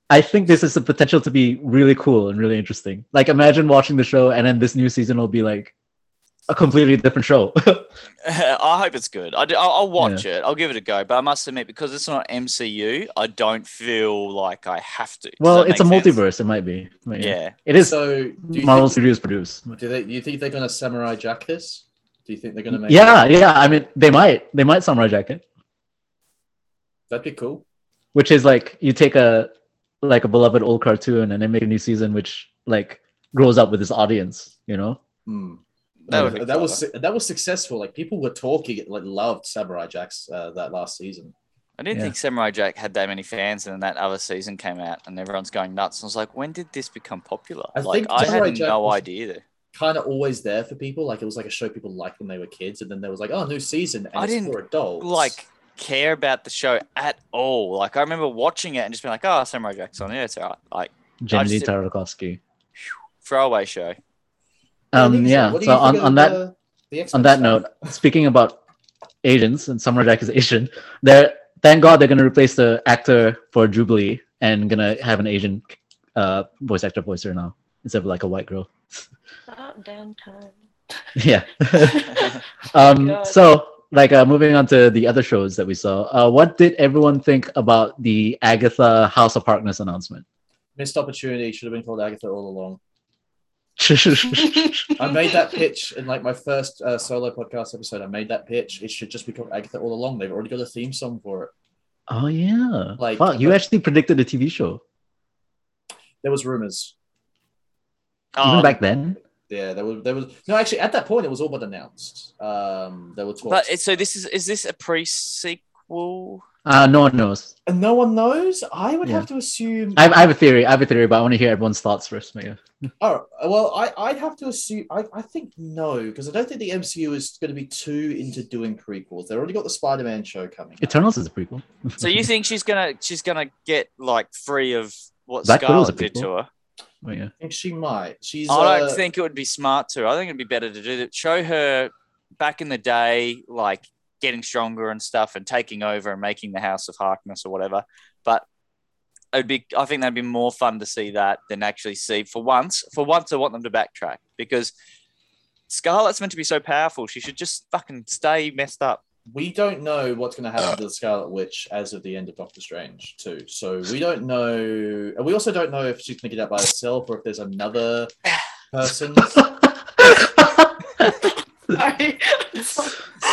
I think this is the potential to be really cool and really interesting. Like, imagine watching the show and then this new season will be like a completely different show.
I hope it's good. I do, I'll, I'll watch it. I'll give it a go. But I must admit, because it's not MCU, I don't feel like I have to. Does
well,
that
it's a
make sense?
multiverse. It might be. But yeah.
Yeah.
it is
So do you,
Marvel
think,
Studios produced.
do, they, do you think they're going to samurai jack this? Do you think they're going to make?
Yeah, yeah. I mean, they might. They might Samurai Jacket,
that'd be cool.
which is like you take a like a beloved old cartoon and then make a new season, which like grows up with this audience. You know.
Hmm.
That would be
that was su- that was successful. Like people were talking, like loved Samurai Jacks uh, that last season.
I didn't
Yeah.
think Samurai Jack had that many fans, and then that other season came out, and everyone's going nuts. I was like, when did this become popular?
I
like,
think
I
Samurai
had
Jack
no
was-
idea. There.
Kind of always there for people. Like it was like a show people liked when they were kids, and then there was like, oh, new season, and
I
it's
didn't
for adults.
like care about the show at all. Like I remember watching it and just being like, "Oh, Samurai Jack's on. Yeah, it's alright." Like
Jenny
just-
Tarkovsky.
throwaway show.
Um, yeah.
What do
So
you think
on,
of
on that
the- the X-Men
on that
stuff?
note, speaking about Asians and Samurai Jack is Asian, they're thank God they're gonna replace the actor for Jubilee and gonna have an Asian uh, voice actor voice her now instead of like a white girl.
About damn time.
yeah.
I
Oh
Um,
God.
so like uh, moving on to the other shows that we saw, uh, what did everyone think about the Agatha House of Harkness announcement?
missed opportunity should have been called Agatha all along. I made that pitch in like my first uh, solo podcast episode. I made that pitch. It should just be called Agatha all along. They've already got a theme song for it.
oh yeah,
Like-
wow,
uh,
you actually predicted the TV show
There was rumors.
Oh,
even back then.
Yeah, there was there was no actually at that point it was all but announced. Um, there were talks.
but it, so this is is this a pre sequel?
Uh, no one knows.
and no one knows. I would
Yeah.
have to assume.
I, I have a theory. I have a theory, but I want to hear everyone's thoughts first. Maya.
Oh well, I I'd have to assume. I, I think no, because I don't think the MCU is going to be too into doing prequels. They've already got the Spider-Man show coming. out.
Eternals is a prequel.
So you think she's gonna she's gonna get like free of what
Black Widow's a
Scarlet did to
prequel.
her?
Oh, yeah.
I think she might. She's.
I don't
uh,
think it would be smart to. I think it'd be better to do that. Show her back in the day, like getting stronger and stuff, and taking over and making the House of Harkness or whatever. But it'd be. I think that'd be more fun to see that than actually see. For once, for once, I want them to backtrack because Scarlet's meant to be so powerful. She should just fucking stay messed up.
we don't know what's going to
Uh.
happen to the Scarlet Witch as of the end of Doctor Strange too. So we don't know. And we also don't know if she's going to get out by herself or if there's another person.
Sorry.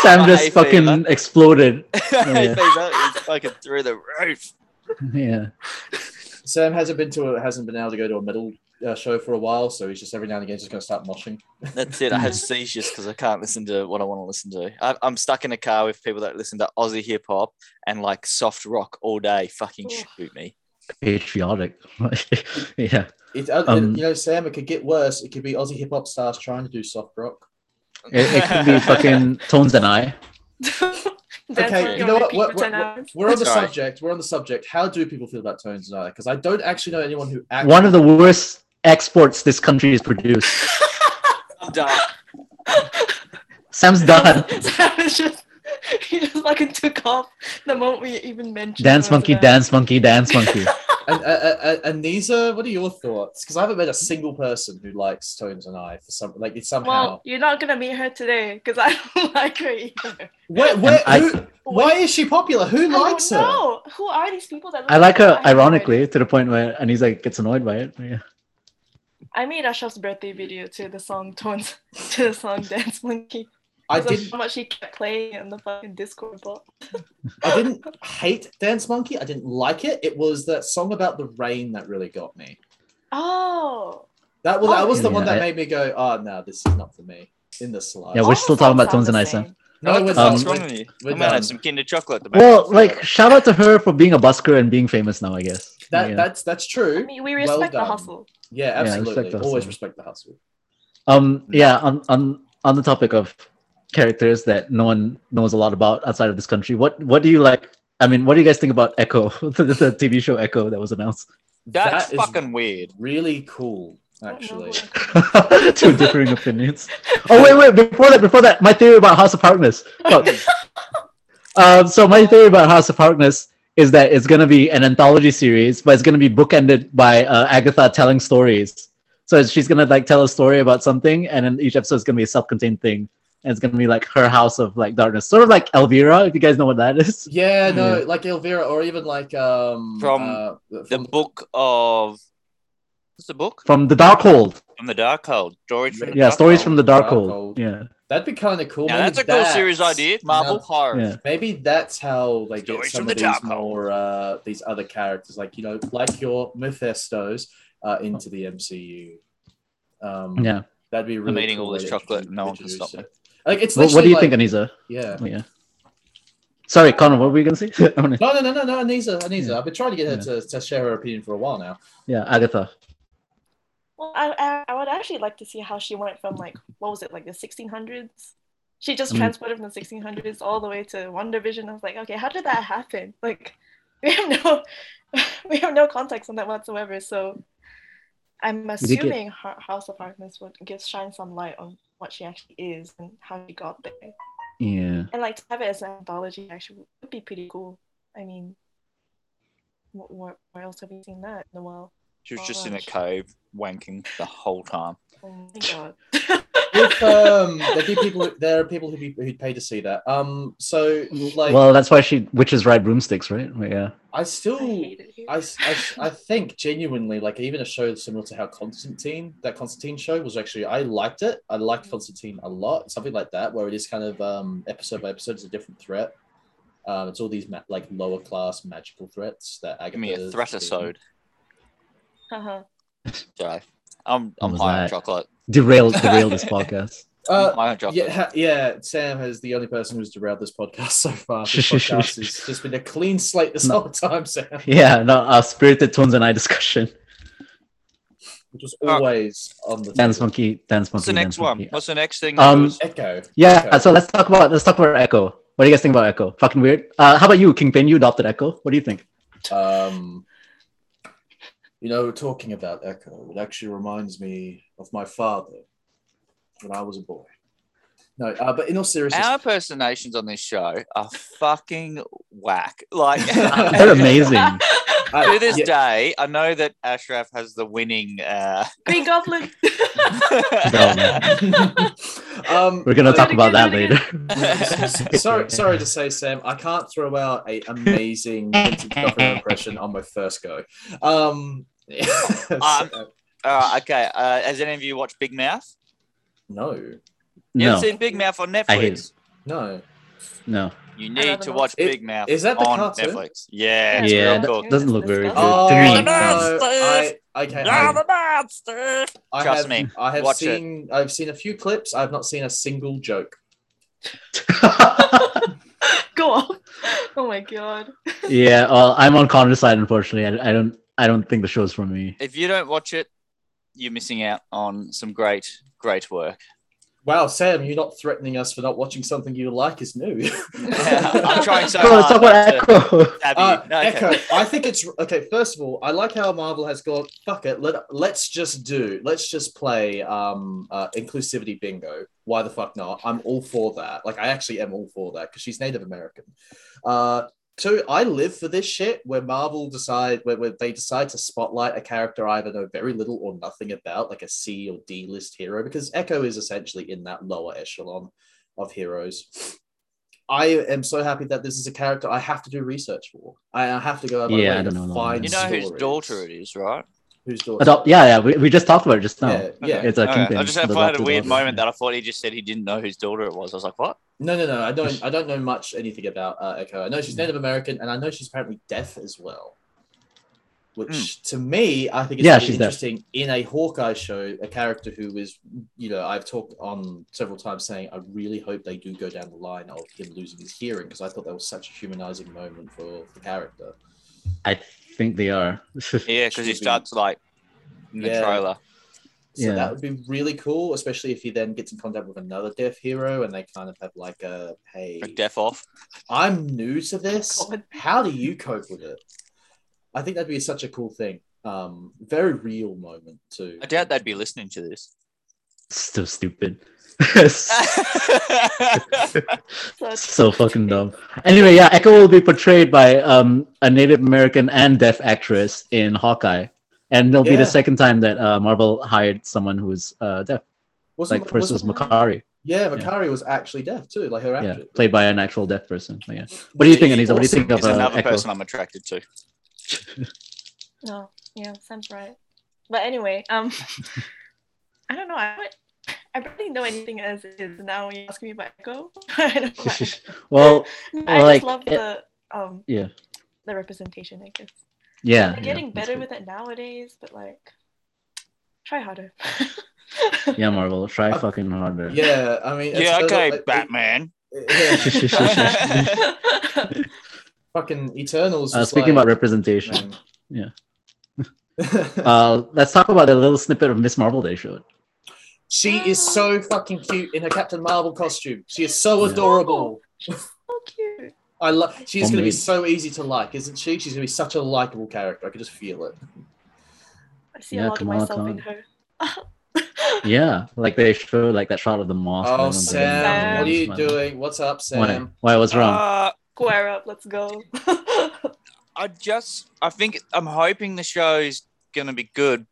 Sam
Hey,
just fucking
Fever.
exploded.
Fever is fucking through the roof.
Yeah.
Sam hasn't been to a, hasn't been able to go to a metal uh, show for a while, so he's just every now and again just going to start moshing.
That's it. I have seizures because I can't listen to what I want to listen to. I, I'm stuck in a car with people that listen to Aussie hip hop and like soft rock all day. Fucking
Oh.
shoot me.
Patriotic. yeah.
It, uh,
Um,
you know, Sam, it could get worse. It could be Aussie hip hop stars trying to do soft rock.
It, it could be fucking Tones and I.
That's
okay,
what
you know what?
repeat
We're,
for 10
we're-
hours.
we're on the
That's all right.
subject. We're on the subject. How do people feel about Tones and I? Because I don't actually know anyone who actually.
One of the worst exports this country has produced.
I'm done.
Sam's done.
Sam is just he just fucking took off the moment we even mentioned.
Dance
it was
monkey,
there.
dance monkey, dance monkey.
and, uh, uh, uh, and these are what are your thoughts? Because I haven't met a single person who likes Tones and I for some like it's somehow.
Well, you're not gonna meet her today because I don't like her either.
where, where,
I-
who, why is she popular? Who likes her?
No, who are these people that?
I like her
her
ironically to the point where Anisa gets annoyed by it. Yeah.
I made Ashraf's birthday video to the song Tones to the song Dance Monkey.
I
Because of
didn't.
How much she kept playing in the fucking Discord bot.
I didn't hate Dance Monkey. I didn't like it. It was that song about the rain that really got me.
Oh.
That was that was the
Yeah,
one that
I-
made me go, "Oh no, this is not for me." In the slide.
Yeah,
all
we're
the
still talking about Tones
songs
and I,
sound the
Sam.
no, it was
Um,
What's
not.
wrong with you?
we're
I'm gonna
done.
have some Kinder chocolate. at the
Well,
moment.
like shout out to her for being a busker and being famous now. I guess.
That,
yeah.
That's that's
same. I
true.
mean, we
Well
respect the
done.
hustle.
Yeah,
respect
absolutely.
the
Always
hustle.
respect the hustle.
Um. Yeah. On on on the topic of characters that no one knows a lot about outside of this country, what what do you like? I mean, what do you guys think about Echo, the, the TV show Echo that was announced?
that's
That is
fucking weird.
really cool,
I don't know
actually.
what-
Two differing opinions. Oh wait, wait. Before that, before that, my theory about House of Harkness. Fuck. um, so my theory about House of Harkness is that it's gonna be an anthology series, but it's gonna be bookended by uh, Agatha telling stories. So she's gonna like tell a story about something, and then each episode is gonna be a self-contained thing, and it's gonna be like her house of like darkness, sort of like Elvira, if you guys know what that is.
Yeah, no, like Elvira, or even like um
From
uh,
The
from
book of what's the book
From the Darkhold.
from the Darkhold? Stories from the
Yeah, stories
Darkhold.
from the
Darkhold.
Darkhold. Yeah,
that'd be kind of cool.
Now
Maybe
that's a cool series idea. Marvel horror.
yeah.
Maybe that's how they get
Stories
some
from
of
the
these
Darkhold.
more uh, these other characters, like you know, like your Mephistos, uh, into the MCU. Um,
Yeah.
that'd be a really.
eating
cool
all
way
this
to
chocolate,
introduce-
no one can
introduce
stop me.
it. Like it's.
What, what do
literally
you think,
like-
Anisa?
Yeah.
Yeah. Sorry, Connor. What were you gonna say? I wanna-
No, no, no, no, no, Anisa, Anisa.
Yeah.
I've been trying to get her to,
Yeah.
to share her opinion for a while now.
yeah, Agatha.
Well, I, I I would actually like to see how she went from like what was it like the 1600s. She just
Mm.
transported from the 1600s all the way to One Division. I was like, okay, how did that happen? Like, we have no we have no context on that whatsoever. So, I'm
think it-
assuming her, House of Harkness would give shine some light on what she actually is and how she got there.
Yeah.
And like to have it as an anthology actually would be pretty cool. I mean, what, what, where else have we seen that in a while?
She was just in a
Gosh.
cove wanking the whole time.
Oh my god.
if um there'd be people who, there are people who'd, be, who'd pay to see that um so like
well, that's why she witches ride broomsticks, right? But yeah.
i
I
still
hate it here.
I, s- I s- I think genuinely like even a show similar to how constantine that constantine show was actually i liked it i liked constantine a lot something like that where it is kind of um episode by episode it's a different threat um it's all these ma- like lower class magical threats that agatha
Give me a
is
threatisode.
Uh-huh.
Sorry. I'm I'm
was
high on
that?
chocolate.
Derailed, derailed this podcast.
Uh,
Oh My job.
yeah, ha- yeah, Sam is the only person who's derailed this podcast so far. This podcast has just been a clean slate this
No.
whole time, Sam,
Yeah, no, our spirited tones and I discussion.
which was
Uh,
always on the
Dance
table.
monkey, dance monkey.
What's the
dance
next one?
monkey.
What's the next thing?
Um,
Lewis?
Echo.
Yeah, uh,
Okay.
so let's talk about let's talk about Echo. What do you guys think about Echo? Fucking weird. Uh, how about you, Kingpin? You adopted Echo. What do you think?
Um, you know, talking about Echo, it actually reminds me of my father when I was a boy. No, uh, but in all seriousness,
our impersonations on this show are fucking whack. Like
They're amazing.
I-
to this
yeah,
day, I know that Ashraf has the winning. Uh,
Green Goblin.
um,
We're gonna
I-
talk about that
Do it
later.
sorry, sorry to say, Sam, I can't throw out a amazing Vincent D'Onofrio impression on my first go. Um,
Um, Uh, okay, uh, has any of you watched Big Mouth?
no,
You
No,
haven't seen Big Mouth on Netflix?
I hate it.
no.
no.
You
I
need
rather
to
not.
watch
It-
Big Mouth.
is that the
on
cartoon?
Netflix? Yeah, it's
Yeah,
real cool.
that- doesn't look very good.
Oh,
To me.
no, I, okay. I,
monster.
I
Trust
have,
me.
I have
Watch it.
seen. I've seen a few clips. I've not seen a single joke.
Go on. Oh my god.
yeah, well, I'm on Connor's side, unfortunately. I, I don't, I don't think the show's for me.
If you don't watch it, you're missing out on some great, great work.
Wow, Sam, you're not threatening us for not watching something you like is new.
I'm trying so
Bro, let's talk
hard. not
about
to
Echo.
stab you.
Uh,
No, okay.
Echo, I think it's okay. First of all, I like how Marvel has gone. Fuck it, let let's just do. Let's just play um, uh, inclusivity bingo. Why the fuck not? I'm all for that. Like I actually am all for that because she's Native American. Uh, two, I live for this shit where Marvel decide where, where they decide to spotlight a character I either know very little or nothing about, like a C or D list hero, because Echo is essentially in that lower echelon of heroes. I am so happy that this is a character I have to do research for. I I have to go out my
Yeah,
way
I don't
to
know that
find.
you know whose
stories.
daughter it is, right?
Whose daughter?
Adopt. Yeah, yeah. We, we just talked about it just now.
Yeah, yeah.
It's a
Okay.
Kingpin.
I just had,
The
had a
adopted
weird
daughter.
moment that I thought he just said he didn't know whose daughter it was. I was like, what?
No, no, no. I don't. I don't know much anything about uh, Echo. I know
Mm.
she's Native American, and I know she's apparently deaf as well. Which to me, I think it's
Mm. Yeah,
really
she's deaf.
interesting in a Hawkeye show, a character who is, you know, I've talked on several times saying I really hope they do go down the line of him losing his hearing because I thought that was such a humanizing moment for the character.
I think they are.
Yeah, because he
Should be.
starts like in the
Yeah.
trailer.
So
Yeah.
that would be really cool, especially if he then gets in contact with another deaf hero and they kind of have like a hey,
A deaf off.
I'm new to this.
God.
How do you cope with it? I think that'd be such a cool thing. Um, very real moment too.
I doubt they'd be listening to this.
so stupid.
Such-
so fucking dumb. Anyway, yeah, Echo will be portrayed by um, a Native American and deaf actress in Hawkeye, and it'll be
Yeah.
the second time that uh, Marvel hired someone who's uh, deaf.
Wasn't-
Like first was
wasn't-
Makari,
yeah, Makari was actually deaf too, like her
yeah,
actress.
played by an actual deaf person. But yeah, what do you think, Anisa? What do you think of
It's
uh,
another
Echo?
person I'm attracted to.
No, yeah, sounds right. But anyway, um, I don't know. I don't- I barely know anything as it is now. You're asking me about Echo. I don't know why.
well,
I
Like,
just love
it-
the um
yeah,
the representation. I guess
yeah,
they're
yeah,
getting
that's
better
good.
with it nowadays, but like, try harder.
Yeah, Marvel, try
I-
fucking harder.
Uh, Yeah, uh, I mean, it's-
Yeah, okay,
like,
Batman.
yeah,
uh,
fucking Eternals. was
speaking about
like,
representation,
man.
uh, let's talk about a little snippet of Miss Marvel they showed.
she is so fucking cute in her Captain Marvel costume. She is so
Yeah.
adorable.
so cute.
I love. She's going to be
Homemade.
so easy to like, isn't she? She's going to be such a likable character. I can just feel it.
I see
Yeah,
a lot
Kamala
of myself in
Khan.
her.
Yeah, like they show like that shot of the moss. and
Oh,
everyone's getting
Sam,
around
what are you
and
doing? What's up,
smiling.
Sam? Ah.
Why? Why? What's wrong?
Uh,
Square up, let's go.
I just, I think, I'm hoping the show is going to be good.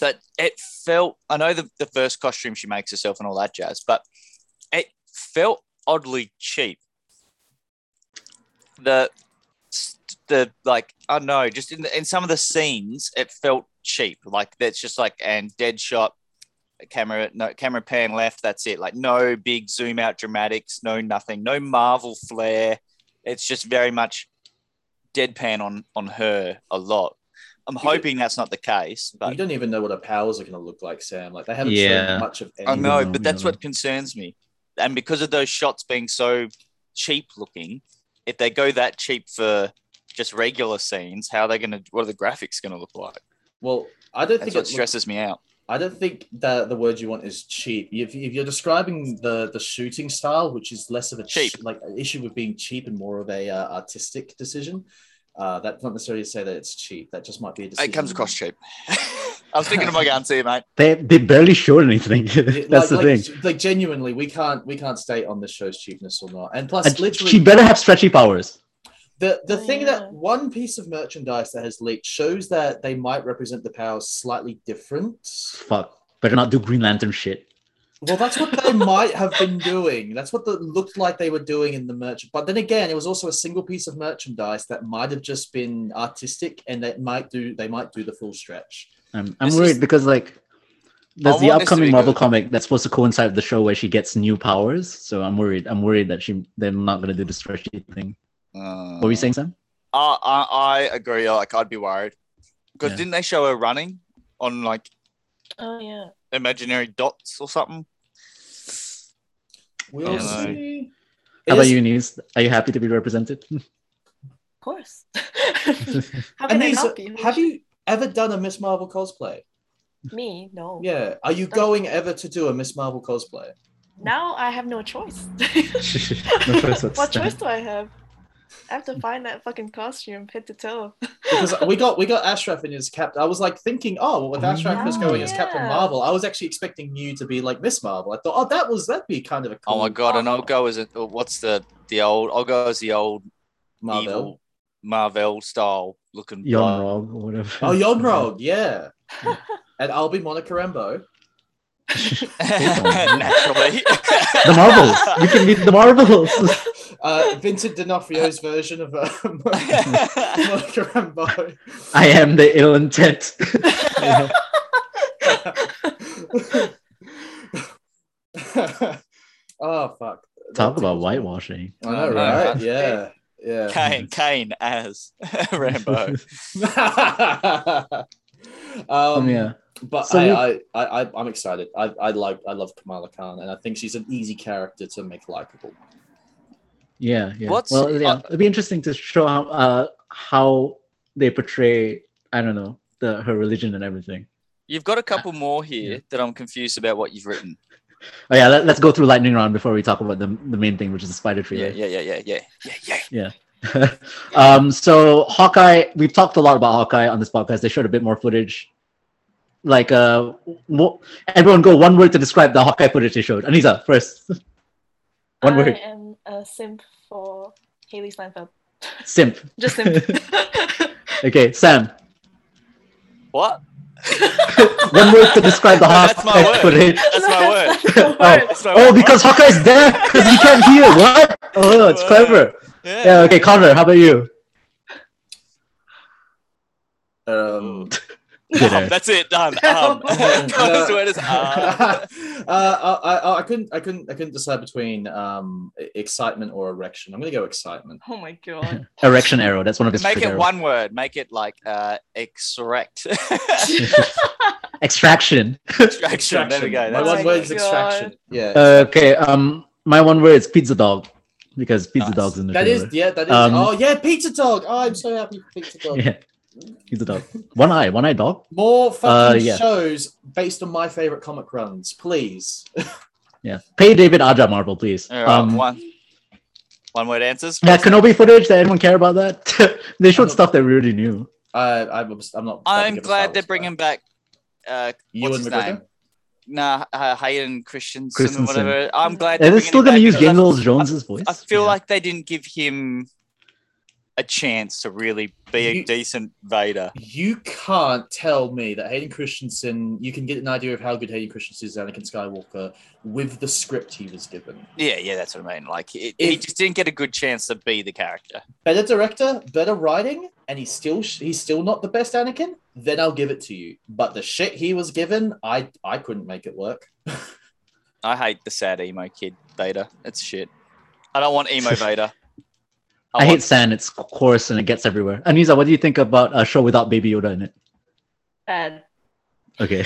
But it felt, I know the, the first costume she makes herself and all that jazz, but it felt oddly cheap. The, the like, I don't know, just in, the, in some of the scenes, it felt cheap. Like, that's just like, and dead shot, camera, no camera pan left, that's it. Like, no big zoom out dramatics, no nothing, no Marvel flair. It's just very much deadpan on on her a lot I'm hoping that's not the case,
you
but
don't even know what her powers are going to look like, Sam. Like they haven't
Yeah.
shown much of.
I
Anything.
know,
No,
but that's
no.
what concerns me. And because of those shots being so cheap looking, if they go that cheap for just regular scenes, how are they going to, what are the graphics going to look like?
Well, I don't think
That's what
it looks
stresses me out.
I don't think that the word you want is cheap. If, if you're describing the the shooting style, which is less of a
Cheap.
ch- like an issue with being cheap and more of a uh, artistic decision, uh, that's not necessarily to say that it's cheap. That just might be a decision.
It comes across cheap. I was thinking of my gun, see, mate.
They they barely showed anything.
Yeah,
That's the
like,
thing.
like, Like genuinely, we can't we can't state on the show's cheapness or not. And plus,
And
literally,
she better have stretchy powers.
The the
Oh,
thing
yeah.
that one piece of merchandise that has leaked shows that they might represent the powers slightly different.
Fuck. Better not do Green Lantern shit.
Well, that's what they might have been doing. That's what the looked like they were doing in the merch. But then again, it was also a single piece of merchandise that might have just been artistic, and they might do they might do the full stretch.
I'm, I'm
This
worried
is-
because like there's
I
the
want this to
upcoming
be
Marvel
good.
comic that's supposed to coincide with the show where she gets new powers. So I'm worried. I'm worried that she they're not gonna do the stretchy thing.
Uh,
What were you saying, Sam?
I, I, I agree. Like, I'd be worried. Because
Yeah.
didn't they show her running on like
Oh yeah.
imaginary dots or something?
We'll
Yeah.
see.
How
It
about
is-
you, News? Are you happy to be represented?
Of course. How can
And
I
these,
not be?
have you ever done a Miss Marvel cosplay?
Me? No.
Yeah. Are
Oh.
you going ever to do a Miss Marvel cosplay?
Now I have no choice.
No choice
what
whatsoever.
choice do I have? I have to find that fucking costume head to toe.
because we got we got Ashraf in his Captain. I was like thinking, oh, well, with
Oh,
Ashraf is going as
yeah.
Captain Marvel, I was actually expecting you to be like Miss Marvel. I thought, oh, that was that'd be kind of a cool
Oh my god! And I'll go as a, what's the the old? I'll go as the old
Marvel. Oh,
evil Marvel style looking.
Yon
bloke.
Rog or whatever.
Oh, Yonrog, yeah. And I'll be Monica Rambeau.
Naturally,
The Marvels. We can meet the Marvels.
Uh, Vincent D'Onofrio's version of uh, Monica Rambeau.
I am the ill intent. Yeah.
oh fuck!
Talk about whitewashing.
I know,
I know,
right?
right?
Yeah, yeah.
Kane, Kane as Rambo.
Um,
um,
Oh, yeah.
but
So
I,
we-
I, I, I, I'm excited. I, I like, I love Kamala Khan, and I think she's an easy character to make likable.
Yeah, yeah.
What's-
well, yeah,
uh,
it'd be interesting to show how uh, how they portray. I don't know the her religion and everything.
You've got a couple more here
Yeah.
that I'm confused about what you've written.
Oh yeah, let, us go through lightning round before we talk about the the main thing, which is the spider
Yeah,
trailer.
yeah, yeah, yeah, yeah, yeah, yeah.
um, so Hawkeye, we've talked a lot about Hawkeye on this podcast. They showed a bit more footage. Like uh, mo- everyone go one word to describe the Hawkeye footage they showed. Anisa first. One
I
word.
am a simp for Haley Steinfeld.
Simp.
Just simp.
Okay, Sam.
What?
One word to describe the
No, that's
Hawkeye
my word.
footage.
That's my word.
That's my word.
That's my
Oh,
word.
because Hawkeye's there because he can't hear. What? Oh, it's clever. Yeah. Okay, Connor, how about you?
Um,
You're there.
Um, that's it. Done. Um, Connor's word is um.
uh, I, I, I couldn't, I couldn't, I couldn't decide between um, e- excitement or erection. I'm gonna go excitement.
Oh my god.
Erection arrow. That's one of his.
Make
trigger
it
arrows.
one word. Make it like uh, extract.
Extraction.
Extraction. There we
My
go. That's
one
it.
word is
Oh my
extraction. Yeah.
Uh, Okay. Um, my one word is pizza dog, because pizza
Nice.
dog's in the.
that is,
trailer.
yeah, that is.
Um,
oh yeah, pizza dog. Oh, I'm so happy for pizza dog.
Yeah. Pizza dog. One eye. One eye dog.
More fucking
yeah.
shows based on my favorite comic runs, please.
Yeah. Pay David Aja Marvel, please.
All right,
Um,
one. One word answers.
yeah, Kenobi footage. Did anyone care about that? they
I don't-
showed stuff that we already knew.
I, I'm, obs- I'm not. that
I'm
big of a Star
glad
Wars
they're
guy.
bringing back uh,
Ewan
his
McGregor.
name? nah, uh, Hayden Christensen,
Christensen.
or whatever. I'm glad they're
Are they
bringing
still
him
gonna
back
use
because I-
James Earl Jones's voice?
I feel
Yeah.
like they didn't give him a chance to really be a
You-
decent Vader.
You can't tell me that Hayden Christensen. You can get an idea of how good Hayden Christensen is, as Anakin Skywalker, with the script he was given.
Yeah, yeah, that's what I mean. Like, it, he
If-
just didn't get a good chance to be the character.
Better director, better writing, and he's still sh- he's still not the best Anakin. Then I'll give it to you. But the shit he was given, I I couldn't make it work.
I hate the sad emo kid Vader. It's shit. I don't want emo Vader. I
I
want-
hate sand. It's coarse and it gets everywhere. Anisa, what do you think about a show without Baby Yoda in it?
Bad.
Okay.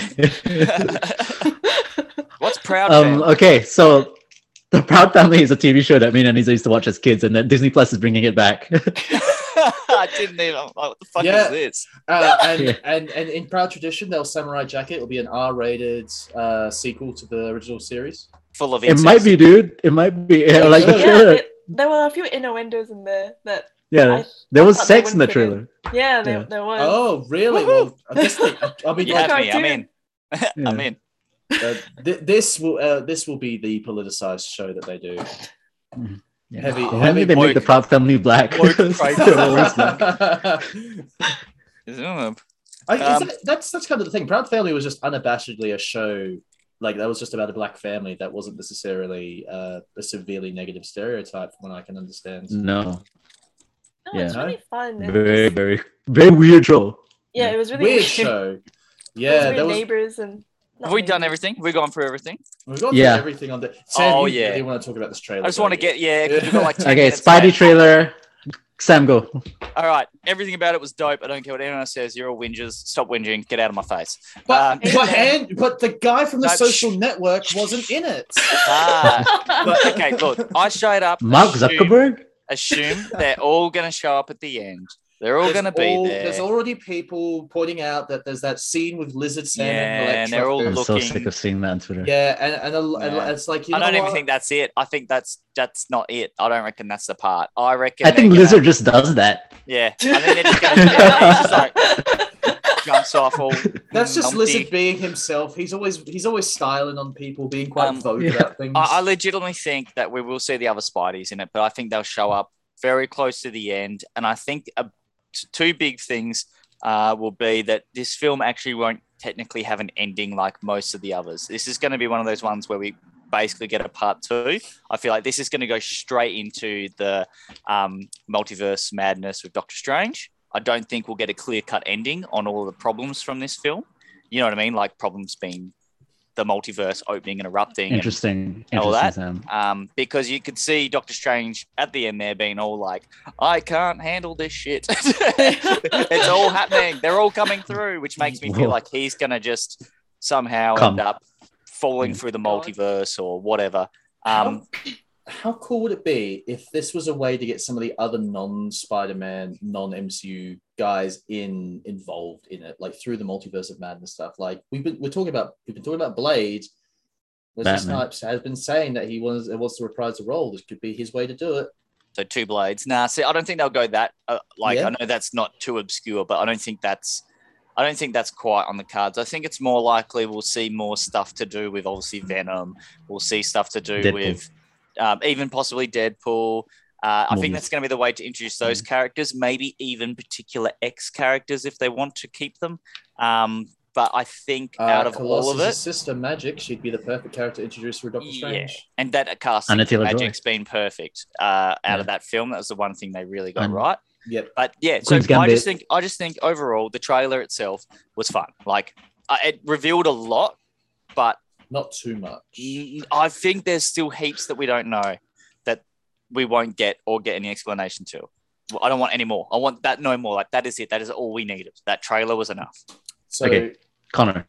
What's proud
um,
um,
okay, so The Proud Family is a TV show that me and Anisa used to watch as kids, and then Disney Plus is bringing it back.
I didn't even. I'm like, what the fuck
Yeah.
is this?
Uh, and,
Yeah.
and and in proud tradition, they'll Samurai Jacket. It'll be an R-rated uh, sequel to the original series.
Full of
it
incest.
might be, dude. It might be. Yeah, like the
Yeah.
yeah,
trailer.
it, there were a few innuendos in there that
yeah,
I-
there
I
was
thought they
sex in the
wouldn't fit in.
trailer.
yeah, there,
Yeah.
there was.
Oh, really?
Woohoo!
Well, I guess they, I mean,
You
like,
have me. I'm in.
Yeah.
I'm in.
uh, th- this will uh, this will be the politicized show that they do.
Yeah.
Heavy-
Why
heavy
did they make
woke-
the Proud Family black?
woke
They're always
crisis.
black.
Ugh.
I, is
Um,
that- that's that's kind of the thing. Proud Family was just unabashedly a show like that was just about a black family that wasn't necessarily uh, a severely negative stereotype, from what I can understand.
no,
no,
yeah.
it's really fun. and
very,
it's-
very, very weird show.
yeah, it was really
Weird show.
it was
Yeah,
weird
that was.
neighbors and. not
Have we done
neighbors.
everything? We've gone through everything.
We've got
Yeah.
everything on the. Sam,
Oh,
you
yeah.
really want to talk about this trailer?
I just want to
don't you?
get yeah. 'cause we've got like 10
Okay,
minutes
Spidey
left.
trailer. Sam, go.
All right, everything about it was dope. I don't care what anyone else says. You're all whingers. Stop whinging. Get out of my face.
But,
Uh,
but, and, but the guy from the
That's-
social network wasn't in it.
Ah, but, okay, look, I showed up.
Mark
assume-
Zuckerberg.
Assume they're all going to show up at the end. They're all
There's
going to be
all-
there.
There's already people pointing out that there's that scene with Lizard Sam
Yeah, and
and
they're all
Electro.
I'm so
looking-
sick of seeing that on Twitter.
Yeah, and and, a,
Yeah.
and it's like you
I
know
don't even
what?
think that's it. I think that's that's not it. I don't reckon that's the part. I reckon.
I
they're
think
gonna-
Lizard just does that.
Yeah, I think they're just going to just like jumps off all.
that's just
numpty.
Lizard being himself. He's always he's always styling on people, being quite
Um,
vogue
yeah.
about things.
I, I legitimately think that we will see the other Spideys in it, but I think they'll show up very close to the end. And I think uh, t- two big things uh, will be that this film actually won't technically have an ending like most of the others. This is going to be one of those ones where we basically get a part two. I feel like this is going to go straight into the um, multiverse madness with Doctor Strange. I don't think we'll get a clear cut ending on all the problems from this film. You know what I mean? Like problems being the multiverse opening and erupting and
Interesting. Interesting,
Oh,
All that.
Sam.
um, because you could see Doctor Strange at the end there being all like, "I can't handle this shit." it's all happening. They're all coming through, which makes me feel
Whoa.
like he's gonna just somehow
Come.
end up falling
Mm.
through the
God.
multiverse or whatever. Um,
How cool would it be if this was a way to get some of the other non-Spider-Man, non-MCU guys in involved in it, like through the multiverse of madness stuff? Like we've been we're talking about we've been talking about Blade. Wesley
Batman.
Snipes has been saying that he wants wants to reprise the role. This could be his way to do it.
so two blades. Nah, see, I don't think they'll go that. Uh, like,
Yeah.
I know that's not too obscure, but I don't think that's. I don't think that's quite on the cards. I think it's more likely we'll see more stuff to do with obviously Venom. We'll see stuff to do
Deadpool.
with um, even possibly Deadpool. Uh, I think
Movies.
that's going to be the way to introduce those
Mm-hmm.
characters, maybe even particular X characters if they want to keep them. Um, but I think
Uh,
out of all of
Colossus's
it,
sister Magic, she'd be the perfect character introduced for Doctor
Yeah.
Strange.
and that casting
Anna
Anna
Taylor-Joy.
magic's been perfect uh, out
Yeah.
of that film. That was the one thing they really got
And-
right.
Yep.
But yeah, so
Queen's
I
Gambit.
just think I just think overall the trailer itself was fun. Like I, it revealed a lot, but
Not too much.
mm, I think there's still heaps that we don't know that we won't get or get any explanation to. Well, I don't want any more. I want that no more. Like that is it. That is all we needed. That trailer was enough.
So
Okay. Connor.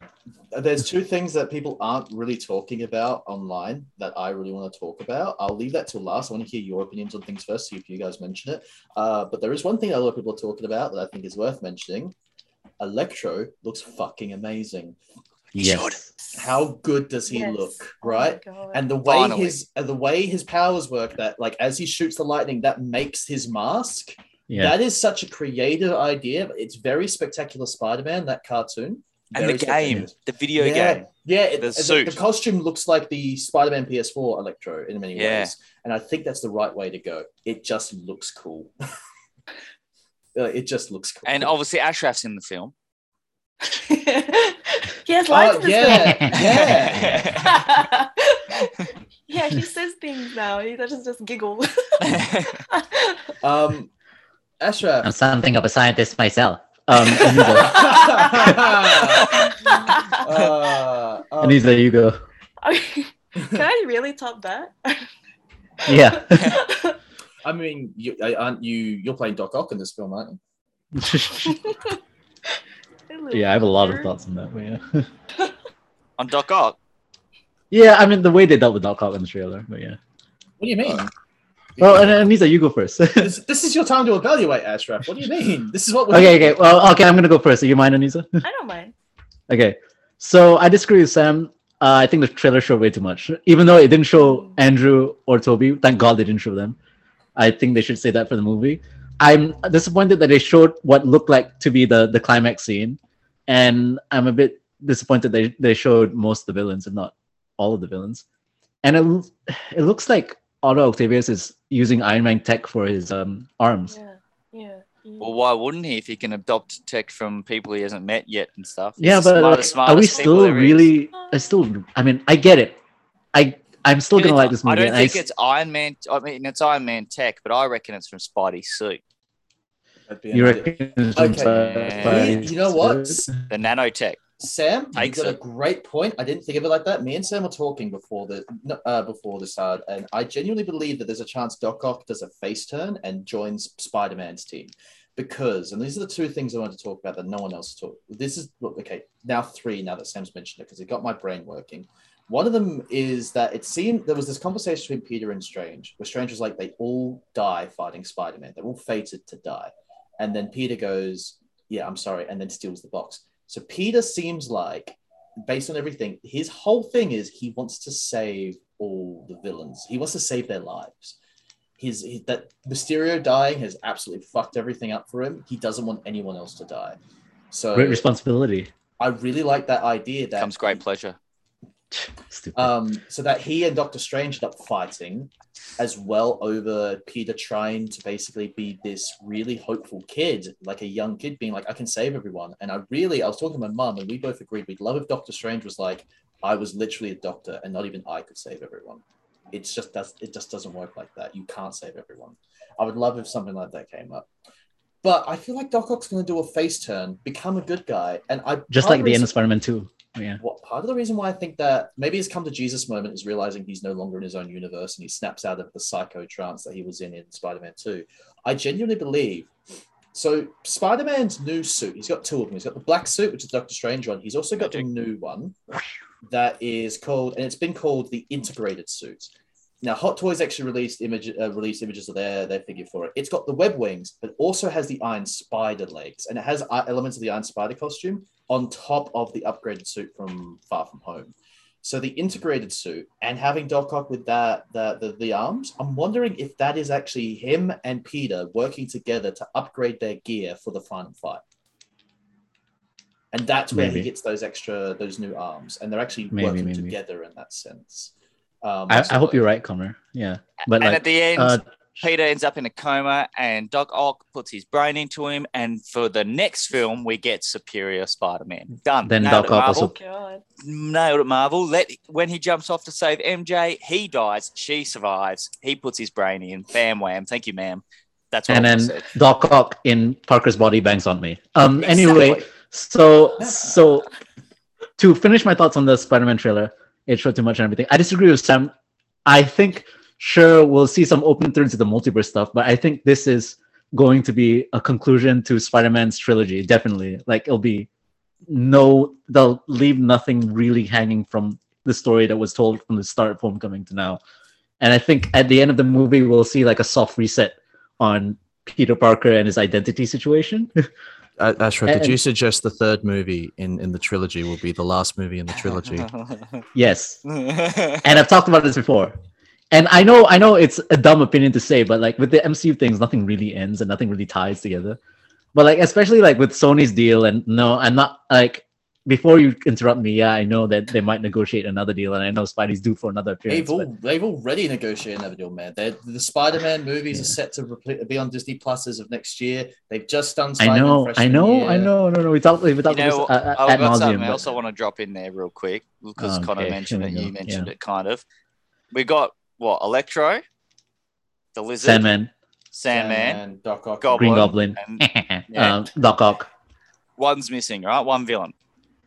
there's two things that people aren't really talking about online that I really want to talk about. I'll leave that till last. I want to hear your opinions on things first, see if you guys mention it. Uh, but there is one thing that a lot of people are talking about that I think is worth mentioning. Electro looks fucking amazing.
Yes.
How good does he
Yes.
look,
Oh my
right?
God.
and the way
Finally.
his and the way his powers work that like as he shoots the lightning that makes his mask
Yeah.
that is such a creative idea it's very spectacular spider-man that cartoon
And
Very
the game,
spectacular.
the video
yeah,
game.
yeah it-
The
the,
suit.
the costume looks like the spider-man ps4 electro in many
Yeah.
ways and i think that's the right way to go it just looks cool Uh, it just looks cool Uh,
And obviously Ashraf's in the film.
he has lies
oh,
in his
yeah yeah
Yeah.
yeah, he says things now. He doesn't just giggle.
um ashraf
I'm something of a scientist myself. Um, Anita,
Uh, um,
Anita, you go.
Can I really top that?
Yeah.
I mean, you, aren't you? You're playing Doc Ock in this film, aren't you?
yeah, I have a lot of thoughts on that. But yeah.
on Doc Ock.
yeah, I mean the way they dealt with Doc Ock in the trailer, but yeah.
What do you mean?
Well, and, and Nisa, you go first. okay,
this, this is your time to evaluate Ashraf. What do you mean? This is what we're
okay. Well, okay, I'm gonna go first. Do you mind, Anisa?
I don't mind.
okay, so I disagree with Sam. Uh, I think the trailer showed way too much. Even though it didn't show Andrew or Toby, thank God they didn't show them. I think they should say that for the movie. I'm disappointed that they showed what looked like to be the, the climax scene, and I'm a bit disappointed they they showed most of the villains, if not all of the villains. And it l- it looks like Otto Octavius is using Iron Man tech for his um, arms.
Yeah, yeah.
Well, why wouldn't he if he can adopt tech from people he hasn't met yet and stuff?
Yeah,
It's the
but
smartest,
like, are we
smartest people
still
there is.
really? I still. I mean, I get it. I I'm still gonna like this movie.
I don't
and
think
s-
it's Iron Man. I mean, it's Iron Man tech, but I reckon it's from Spidey suit,
That'd be
You
an idea.
reckon? it's from
Okay.
Spidey-
You know what?
the nanotech.
Sam, you
Takes
got a
it.
great point. I didn't think of it like that. Me and Sam were talking before the no, uh, before this hard, and I genuinely believe that there's a chance Doc Ock does a face turn and joins Spider Man's team because, and these are the two things I wanted to talk about that no one else talked. This is look, okay now three now that Sam's mentioned it because it got my brain working. One of them is that it seemed there was this conversation between Peter and Strange, where Strange was like, they all die fighting Spider Man. They're all fated to die. And then Peter goes, yeah, I'm sorry, and then steals the box. So Peter seems like, based on everything, his whole thing is he wants to save all the villains. He wants to save their lives. His, his- that Mysterio dying has absolutely fucked everything up for him. He doesn't want anyone else to die. So
Great responsibility.
I really like that idea that
Comes great pleasure.
Stupid.
um, so that he and Doctor Strange end up fighting as well over Peter trying to basically be this really hopeful kid, like a young kid being like, I can save everyone. And I really, I was talking to my mum and we both agreed we'd love if Doctor Strange was like, I was literally a doctor and not even I could save everyone. It's just that's it just doesn't work like that. You can't save everyone. I would love if something like that came up. But I feel like Doc Ock's gonna do a face turn, become a good guy, and I
Just
part
like
of
the
reason-
end of Spider-Man 2. Yeah.
what part of the reason why I think that maybe his come to Jesus moment is realizing he's no longer in his own universe and he snaps out of the psycho trance that he was in in Spider Man 2. I genuinely believe so. Spider Man's new suit, he's got two of them. He's got the black suit, which is Doctor Strange one. He's also got the new one that is called, and it's been called the integrated suit. Now, Hot Toys actually released image, uh, released images of their their figure for it. It's got the web wings, but also has the Iron Spider legs, and it has uh, elements of the Iron Spider costume on top of the upgraded suit from Far From Home. So the integrated suit and having Doc Ock with that the, the the arms, I'm wondering if that is actually him and Peter working together to upgrade their gear for the final fight. And that's where he
Maybe.
gets those extra those new arms, and they're actually
Maybe,
working
maybe.
together in that sense. Um,
I,
so
I hope
like-
you're right, Comer. Yeah. But
and
like,
at the end,
uh,
Peter ends up in a coma, and Doc Ock puts his brain into him. And for the next film, we get Superior Spider-Man. Done.
Then
Nailed
Doc
it,
Ock
Marvel.
also-
God.
Nailed it, Marvel. Let when he jumps off to save MJ, he dies. She survives. He puts his brain in. Bam, wham. Thank you, ma'am. That's what
and
I
then
said.
Doc Ock in Parker's body bangs on me. Um. Anyway,
Exactly.
so so to finish my thoughts on the Spider-Man trailer, it showed too much and everything. I disagree with Sam. I think sure we'll see some open turns to the multiverse stuff, but I think this is going to be a conclusion to Spider-Man's trilogy. Definitely, like it'll be no, they'll leave nothing really hanging from the story that was told from the start of Homecoming to now. And I think at the end of the movie, we'll see like a soft reset on Peter Parker and his identity situation.
Uh, Ashra,
could you
suggest the third movie in, in the trilogy will be the last movie in the trilogy?
yes, and I've talked about this before. And I know, I know, it's a dumb opinion to say, but like with the MCU things, nothing really ends and nothing really ties together. But like, especially like with Sony's deal, and no, I'm not like. Before you interrupt me, yeah, I know that they might negotiate another deal, and I know Spidey's due for another appearance.
They've,
but-
all, they've already negotiated another deal, man. They're, the Spider-Man movies are set to repli- be on Disney Plus as of next year. They've just done.
I
Spider-Man
know, I
Freshman
know,
Year.
I know. No, no, we talked, we talked
You know, oh,
about this uh,
I've
ad
got something
nauseam.
else I
but-
want to drop in there real quick because
Oh,
Connor
okay,
mentioned
here
it.
we
You
go,
mentioned it, kind of. We got what Electro, the Lizard,
Sandman,
Sandman.
Doc Ock,
Goblin.
Green Goblin,
and Yeah.
um, Doc Ock,
one's missing, right? One villain.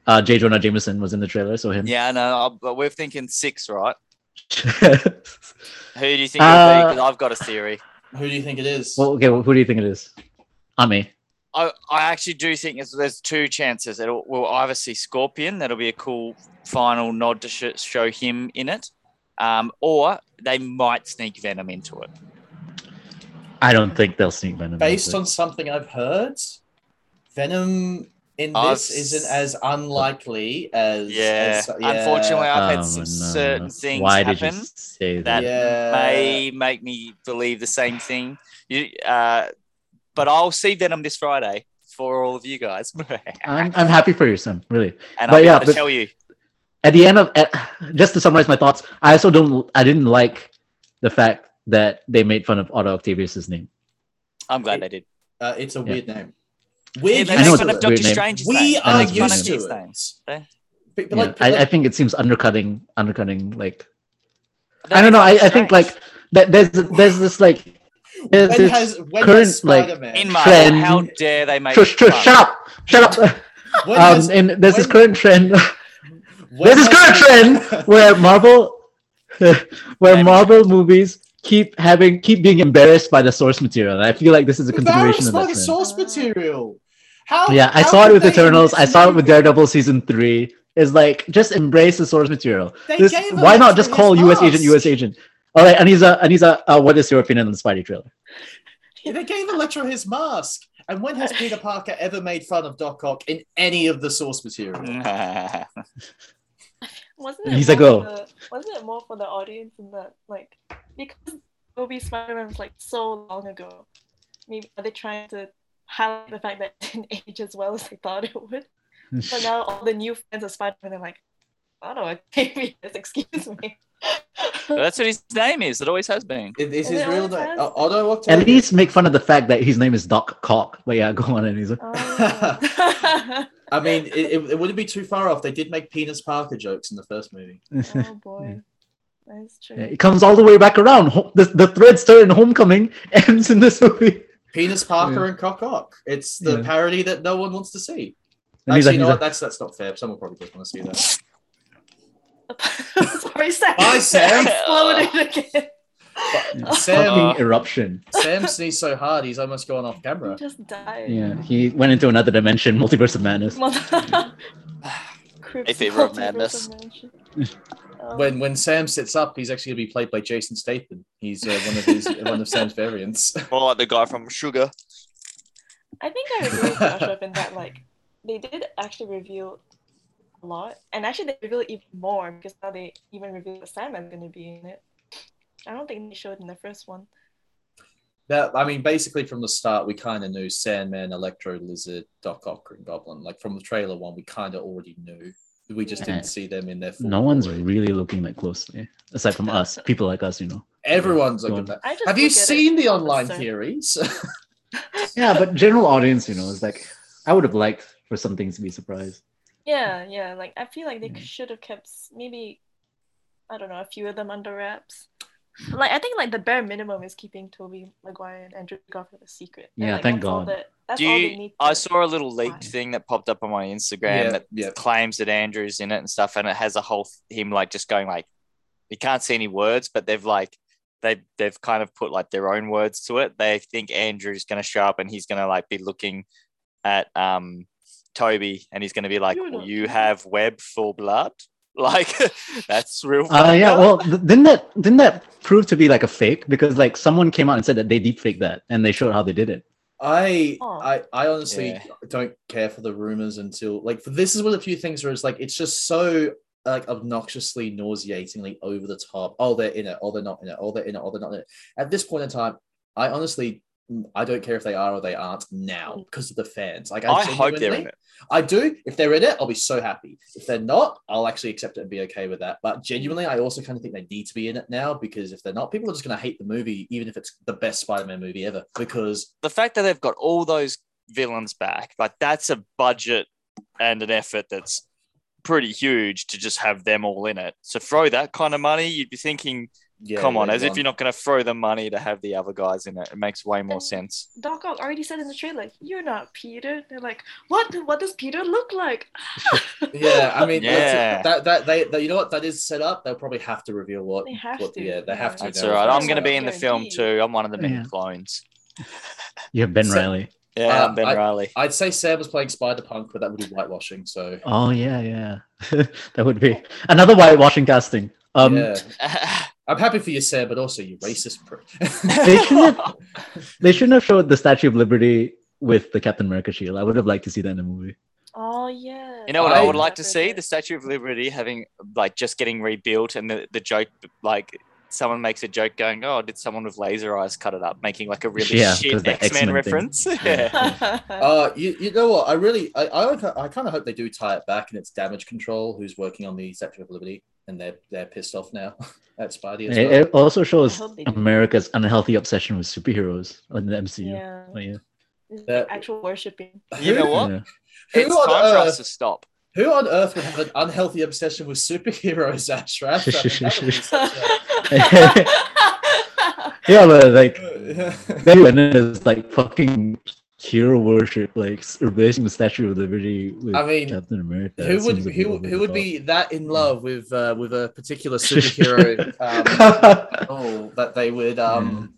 uh, J. Jonah Jameson was in the trailer, so him.
Yeah, no, I- but we're thinking six, right? Who do you think it'll be?
Uh,
Because I've got a theory.
Who do you think it is?
Well, okay. Well, who do you think it is? Ame.
I, I actually do think there's, there's two chances. It'll, we'll either see Scorpion. That'll be a cool final nod to sh- show him in it. Um, or they might sneak Venom into it.
I don't think they'll sneak Venom.
Based
into
on something I've heard, Venom in
I've
this isn't as unlikely as.
Yeah.
as-
Unfortunately,
it.
I've had
Oh,
some
no.
certain things
Why
happen.
did you say that?
that
Yeah.
may make me believe the same thing. You, uh, but I'll see Venom this Friday for all of you guys,
I'm, I'm happy for you, Sam. Really.
and
but
I'll be
yeah,
able to
but-
tell you.
At the end of, at, just to summarize my thoughts, I also don't. I didn't like the fact that they made fun of Otto Octavius's name.
I'm glad they did.
Uh, it's a
Yeah.
weird name.
Yeah,
We're
they
I know
make
used
it's
to
fun
it.
of
a
Doctor
weird name.
Strange's
We
name.
are
They make fun of
used to
his
it.
name. They-
But- but
Yeah,
like-
I, I
like-
think it seems undercutting, undercutting. Like
they
I
make
don't know.
fun
I,
of
I think
Strange.
like that. There's there's this like there's
when
this
has when
current,
has
like,
Spider-Man?
in my
trend-
how dare they make
Shush, shush,
fun.
shut up, shut up.
when
Um,
has-
and there's this
when-
current trend.
when
There's this current
has-
trend where Marvel, where
Name-
Marvel movies keep having keep being embarrassed by the source material. I feel like this is a continuation
Embarrassed
of
by
that
the
trend.
source material. How?
Yeah, I
how
saw it
could
with
they
Eternals.
in
I
this
saw it
movie-
with Daredevil season three. Is like just embrace the source material.
They
This-
gave him
why
that
not just
through
call
his
U.S. agent
mask.
U.S. agent? All right, Anisa, Anisa, uh, what is your opinion on the Spidey trailer?
They gave Electro his mask. And when has Peter Parker ever made fun of Doc Ock in any of the source
Mm.
material?
Wasn't
And
it
he's
more
like, "Oh."
for the, wasn't it more for the audience in that like because Toby Spider Man was like so long ago? Maybe are they trying to highlight the fact that it didn't age as well as they thought it would? But now all the new fans of Spider Man are like, I don't know, Octavius, excuse me.
Well,
Oh.
that's what his name is. It always has been.
It is
Is
his
it
real
always
name.
has?
Uh, Otto Octavius.
At least make fun of the fact that his name is Doc Cock. But yeah, go on, Anisa.
oh.
I mean, it, it, it wouldn't be too far off. They did make penis Parker jokes in the first movie.
oh boy, that's true.
Yeah, it comes all the way back around. Ho- The, the thread started in Homecoming ends in this movie.
Penis Parker and Cock Ock. It's the
Yeah.
parody that no one wants to see.
And he's
Actually,
like,
you know what?
he's like,
That's that's not fair. Someone probably does want to see that.
Sorry, Sam.
Bye, Sam.
Exploded again.
Sam,
fucking eruption.
Sam sneezed so hard he's almost gone off camera.
Just died.
Yeah, he went into another dimension, multiverse of madness.
Mother- Crips
If it were
multiverse
madness.
dimension. Oh,
When when Sam sits up, he's actually going to be played by Jason Statham. He's uh, one of his one of Sam's variants.
More like the guy from Sugar.
I think I agree with Joshua in that like they did actually reveal a lot, and actually they reveal even more because now they even reveal the Sandman's going to be in it. I don't think they showed in the first one.
That I mean, basically from the start, we kind of knew Sandman, Electro, Lizard, Doc Ock, Green Goblin. Like from the trailer one, we kind of already knew. We just
Yeah.
didn't see them in their. Full
No one's
glory.
really looking that closely, aside from us, people like us, you know.
Everyone's
Go
looking
on.
that.
I just
Have you
look at it
seen the
on
online
side.
theories?
Yeah, but general audience, you know, is like, I would have liked for some things to be surprised.
Yeah, yeah. Like I feel like they
Mm.
Yeah.
should have kept s- maybe I don't know a few of them under wraps. Like I think like the bare minimum is keeping Toby Maguire and Andrew Garfield a secret. And,
Yeah,
like,
thank
that's all
God.
that- that's
Do
all
you-
they need.
I
to-
saw a little leaked
Fine.
thing that popped up on my Instagram
Yeah,
that
yeah.
claims that Andrew's in it and stuff, and it has a whole him like just going like you can't see any words, but they've like they they've kind of put like their own words to it. They think Andrew's gonna show up and he's gonna like be looking at um Toby and he's gonna be like,
You're
well,
not
"You
Toby."
have web for blood." Like that's real.
Uh, yeah,
fucked up.
well, th- didn't that didn't that prove to be like a fake? Because like someone came out and said that they deep faked that, and they showed how they did it.
I,
Oh.
I I honestly
Yeah.
don't care for the rumors until like this is one of the few things where it's like it's just so like obnoxiously nauseatingly over the top. Oh, they're in it. Oh, they're not in it. Oh, they're in it. Oh, they're not in it. At this point in time, I honestly mm, I don't care if they are or they aren't now because of the fans. Like
I hope they're
genuinely-
in it.
I do. If they're in it, I'll be so happy. If they're not, I'll actually accept it and be okay with that. But genuinely, I also kind of think they need to be in it now because if they're not, people are just going to hate the movie, even if it's the best Spider-Man movie ever. Because
the fact that they've got all those villains back, like that's a budget and an effort that's pretty huge to just have them all in it. So throw that kind of money, you'd be thinking
Yeah,
Come on,
later
as if you're not going to throw the money to have the other guys in it. It makes way more
And-
sense.
Doc Ock already said in the trailer, "You're not Peter." They're like, "What? What does Peter look like?"
Yeah, I mean, that's-
Yeah.
that that they, they you know what that is set up. They'll probably have to reveal what.
They have
what
to,
Yeah, they
yeah.
have to.
That's
now.
all right. I'm
that's
going to
not
be in the film
guaranteed.
too. I'm one of the many
Yeah.
clones.
You have Ben
So-
Riley.
Yeah,
Um,
Ben
I-
Riley.
I'd say Sam was playing Spider Punk, but that would be whitewashing. So
Oh yeah, yeah. that would be another whitewashing casting. Um,
yeah, I'm happy for you, Sam, but also you racist prick.
they shouldn't. Have, they shouldn't have showed the Statue of Liberty with the Captain America shield. I would have liked to see that in the movie.
Oh yeah.
You know what I,
I-
would like to see? The Statue of Liberty having like just getting rebuilt and the, the joke like someone makes a joke going, Oh, did someone with laser eyes cut it up? Making like a really
Yeah,
shit
'cause the
X
X-Men
Men
thing.
reference. Yeah.
Uh, you, you know what? I really, I, I, I kind of hope they do tie it back, and it's Damage Control who's working on the Statue of Liberty, and they're they're pissed off now at Spidey as
It,
well.
it also
I
shows
hope they do.
America's unhealthy obsession with superheroes in the MCU. Yeah.
yeah.
Oh, yeah.
It's
That-
like actual worshipping.
You know what?
Yeah.
Who
It's
on
time for us
earth-
to stop.
Who on earth would have an unhealthy obsession with superheroes, Ash? That's- that would be such a-
Yeah, but like then when it is like fucking hero worship, like s- replacing the Statue of Liberty with
I mean,
Captain America.
who would
seems a bit
who,
over
who
the
would
top.
be that
Mm.
in love with uh, with a particular superhero um, role that they would
Mm.
um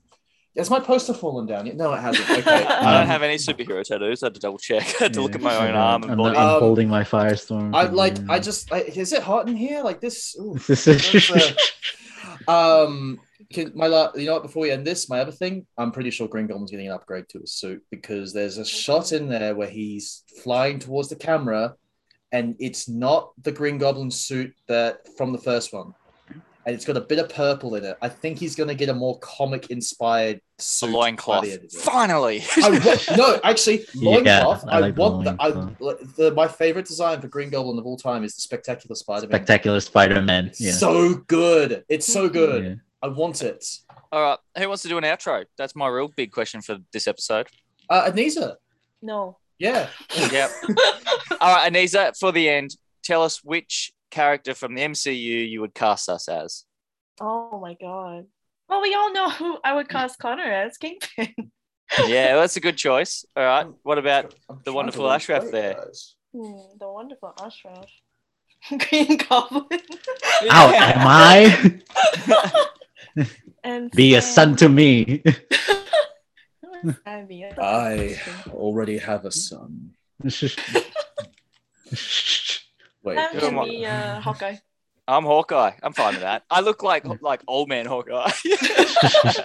has my poster fallen down yet no it hasn't okay
I don't
Um,
have any superhero tattoos. I had to double check. I had to look
Yeah,
at my own
I'm-
arm and
I'm,
body.
Not,
Um,
I'm holding my firestorm.
i like
yeah.
i just I, is it hot in here like this ooh,
This
that's,
is-
uh, um can, my la- you know what before we end this my other thing i'm pretty sure green goblin's getting an upgrade to his suit because there's a shot in there where he's flying towards the camera and it's not the green goblin suit that from the first one and it's got a bit of purple in it i think he's going to get a more comic inspired
A
suit by
loincloth.
the end of it.
Finally.
I wa- no, actually,
Yeah,
loincloth.
I
I,
like the
want the, I,
loincloth.
the my favorite design for Green Goblin of all time is the Spectacular Spider-Man.
Spectacular Spider-Man.
It's
Yeah.
So good! It's so good.
yeah.
I want it.
All right. Who wants to do an outro? That's my real big question for this episode.
Uh, Anisa,
no.
yeah,
Yep. All right, Anisa, for the end, tell us which character from the MCU you would cast us as.
Oh my god. Well, we all know who I would cast Connor as Kingpin.
Yeah, well, that's a good choice. All right. What about
I'm
The
trying
wonderful
to lose
Ashraf
weight,
there.
guys.
Hmm, the wonderful Ashraf. Green Goblin.
How am I?
and
Be a son
Sam.
to me.
Who would Sam be? That's a
I-
good question.
Already have a son. Wait,
Sam
Come
can
on.
be uh, Hawkeye.
I'm Hawkeye. I'm fine with that. I look like like old man Hawkeye.
you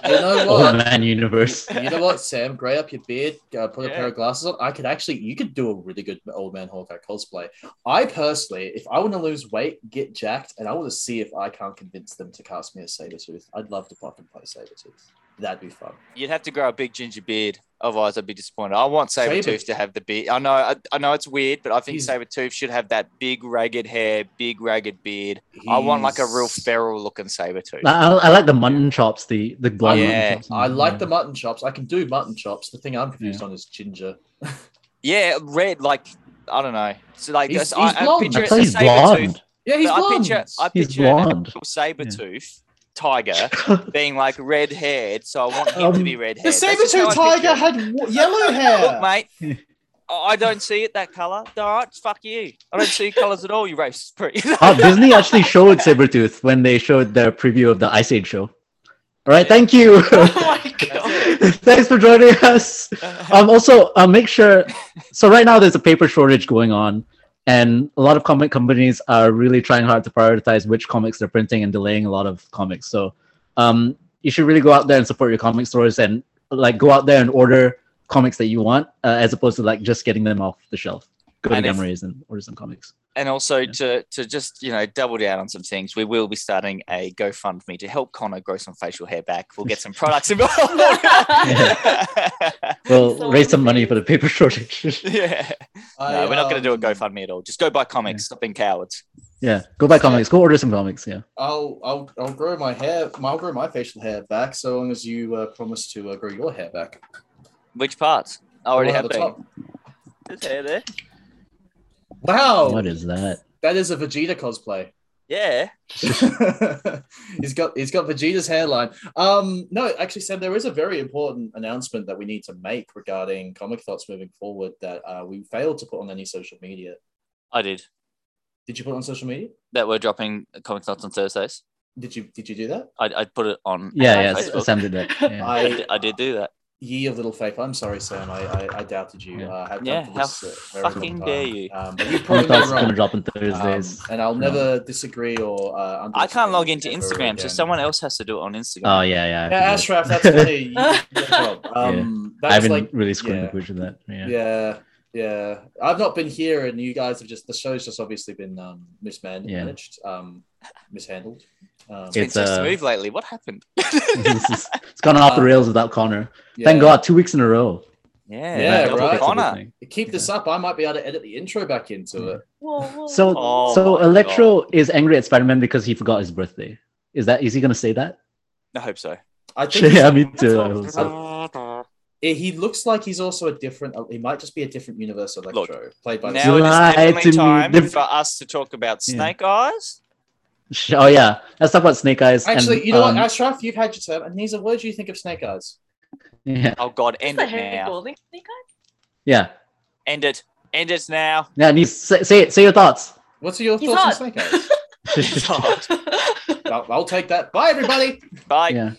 know
Old
what?
man universe.
You know what, Sam? Grey up your beard, uh, put a
Yeah.
pair of glasses on. I could actually, you could do a really good old man Hawkeye cosplay. I personally, if I want to lose weight, get jacked, and I want to see if I can't convince them to cast me as Sabretooth, I'd love to fucking play Sabretooth. That'd be fun.
You'd have to grow a big ginger beard. Otherwise, I'd be disappointed. I want
Saber-
Sabretooth to have the beard. I know, I, I know it's weird, but I think
He's-
Sabretooth should have that big ragged hair, big ragged beard. I want like a real
He's-
feral looking Sabretooth.
I, I I like the mutton chops, the the blonde
Yeah,
mutton chops.
I like the mutton chops. I can do mutton chops. The thing I'm confused on is ginger.
Yeah, red, like I don't know. So like
He's-
that's- I,
he's
I
blonde.
picture
I
it's
thought
a
he's
saber tooth.
blonde.
Yeah, he's
I
blonde.
picture I
He's
picture an
blonde.
actual saber tooth tiger being like red haired, so I want him to
Um,
be red
the
haired.
Sabretooth tiger had w- yellow hair.
Look, mate. I I don't see it that color. All right, fuck you. I don't see colors at all. You racist prick.
oh, Disney actually showed Sabretooth when they showed their preview of the Ice Age show. All right, thank you.
Oh my god.
Thanks for joining us. Um, also, uh, make sure. So right now, there's a paper shortage going on, and a lot of comic companies are really trying hard to prioritize which comics they're printing and delaying a lot of comics. So, um, you should really go out there and support your comic stores and like go out there and order comics that you want, uh, as opposed to like just getting them off the shelf. Go to
And if-
Gamma Rays and order some comics.
and also to to just you know double down on some things, we will be starting a GoFundMe to help Connor grow some facial hair back. We'll get some products involved.
We'll
So
raise some money for
unfair.
the paper shortage.
yeah.
I,
No, we're not going to do a
um,
GoFundMe at all. Just go buy comics. Stop being cowards.
yeah, go buy comics. Go order some comics. Yeah.
I'll I'll I'll grow my hair. I'll grow my facial hair back so long as you uh, promise to uh, grow your hair back.
Which parts? I already
Well,
have
the
been.
top.
Just hair there.
Wow, Oh.
What is that?
that is a Vegeta cosplay.
Yeah.
he's got he's got Vegeta's hairline. Um, no, actually, Sam, there is a very important announcement that we need to make regarding comic thoughts moving forward that uh, we failed to put on any social media.
I did.
Did you put it on social media?
That we're dropping comic thoughts on Thursdays.
Did you did you do that?
I, I put it on.
Yeah, yeah,
Facebook.
Sam did that. Yeah.
I,
I,
did, I did do that.
Ye of little faith. I'm sorry, Sam. I I, I doubted you. Uh, had
Yeah,
done
how
for this, uh, very long
fucking
time.
dare you.
Um, but you
Comic
probably
Thoughts
were
is gonna
wrong.
drop on
Um,
Thursdays.
and I'll
No.
never disagree or. Uh,
I can't log into
ever
Instagram, so
again.
someone else has to do it on Instagram.
Oh yeah, yeah. I
Yeah,
forgot.
Ashraf, that's funny. You- good job. Um,
I
That's
haven't
like
really
yeah.
scored yeah. conclusion that. Yeah.
yeah yeah i've not been here and you guys have just the show's just obviously been um mismanaged um mishandled um,
It's been
It's,
so
uh,
smooth lately. What happened?
It's just- it's gone off the
Uh,
rails without Connor.
yeah.
Thank God, two weeks in a row.
Yeah,
Yeah,
double
right.
Connor.
keep this up i might be able to edit the intro back into it
Whoa, whoa.
So,
Oh
so
my
Electro is angry at Spider Man because he forgot his birthday. Is that is he gonna say that?
I hope so.
i think
yeah, me too. I hope so.
Now
he- he looks like he's also a different uh, he might just be a different universe electro played by
Now-
it is
Lie to
definitely
me.
time
The-
for us to talk about
Yeah.
Snake Eyes.
Sh- Oh yeah, let's talk about Snake Eyes. and,
actually you know
um,
what ashraf you've had your turn and these are what do you think of snake eyes
Yeah,
Oh God,
Is
end
that
it
Harry
now.
Golding snake eye?
yeah,
End it. End it now.
yeah. And you say, say it. Say your thoughts.
what's your
He's
thoughts on
hot.
snake eyes
It's hard.
I'll, I'll take that bye everybody
Bye.
yeah.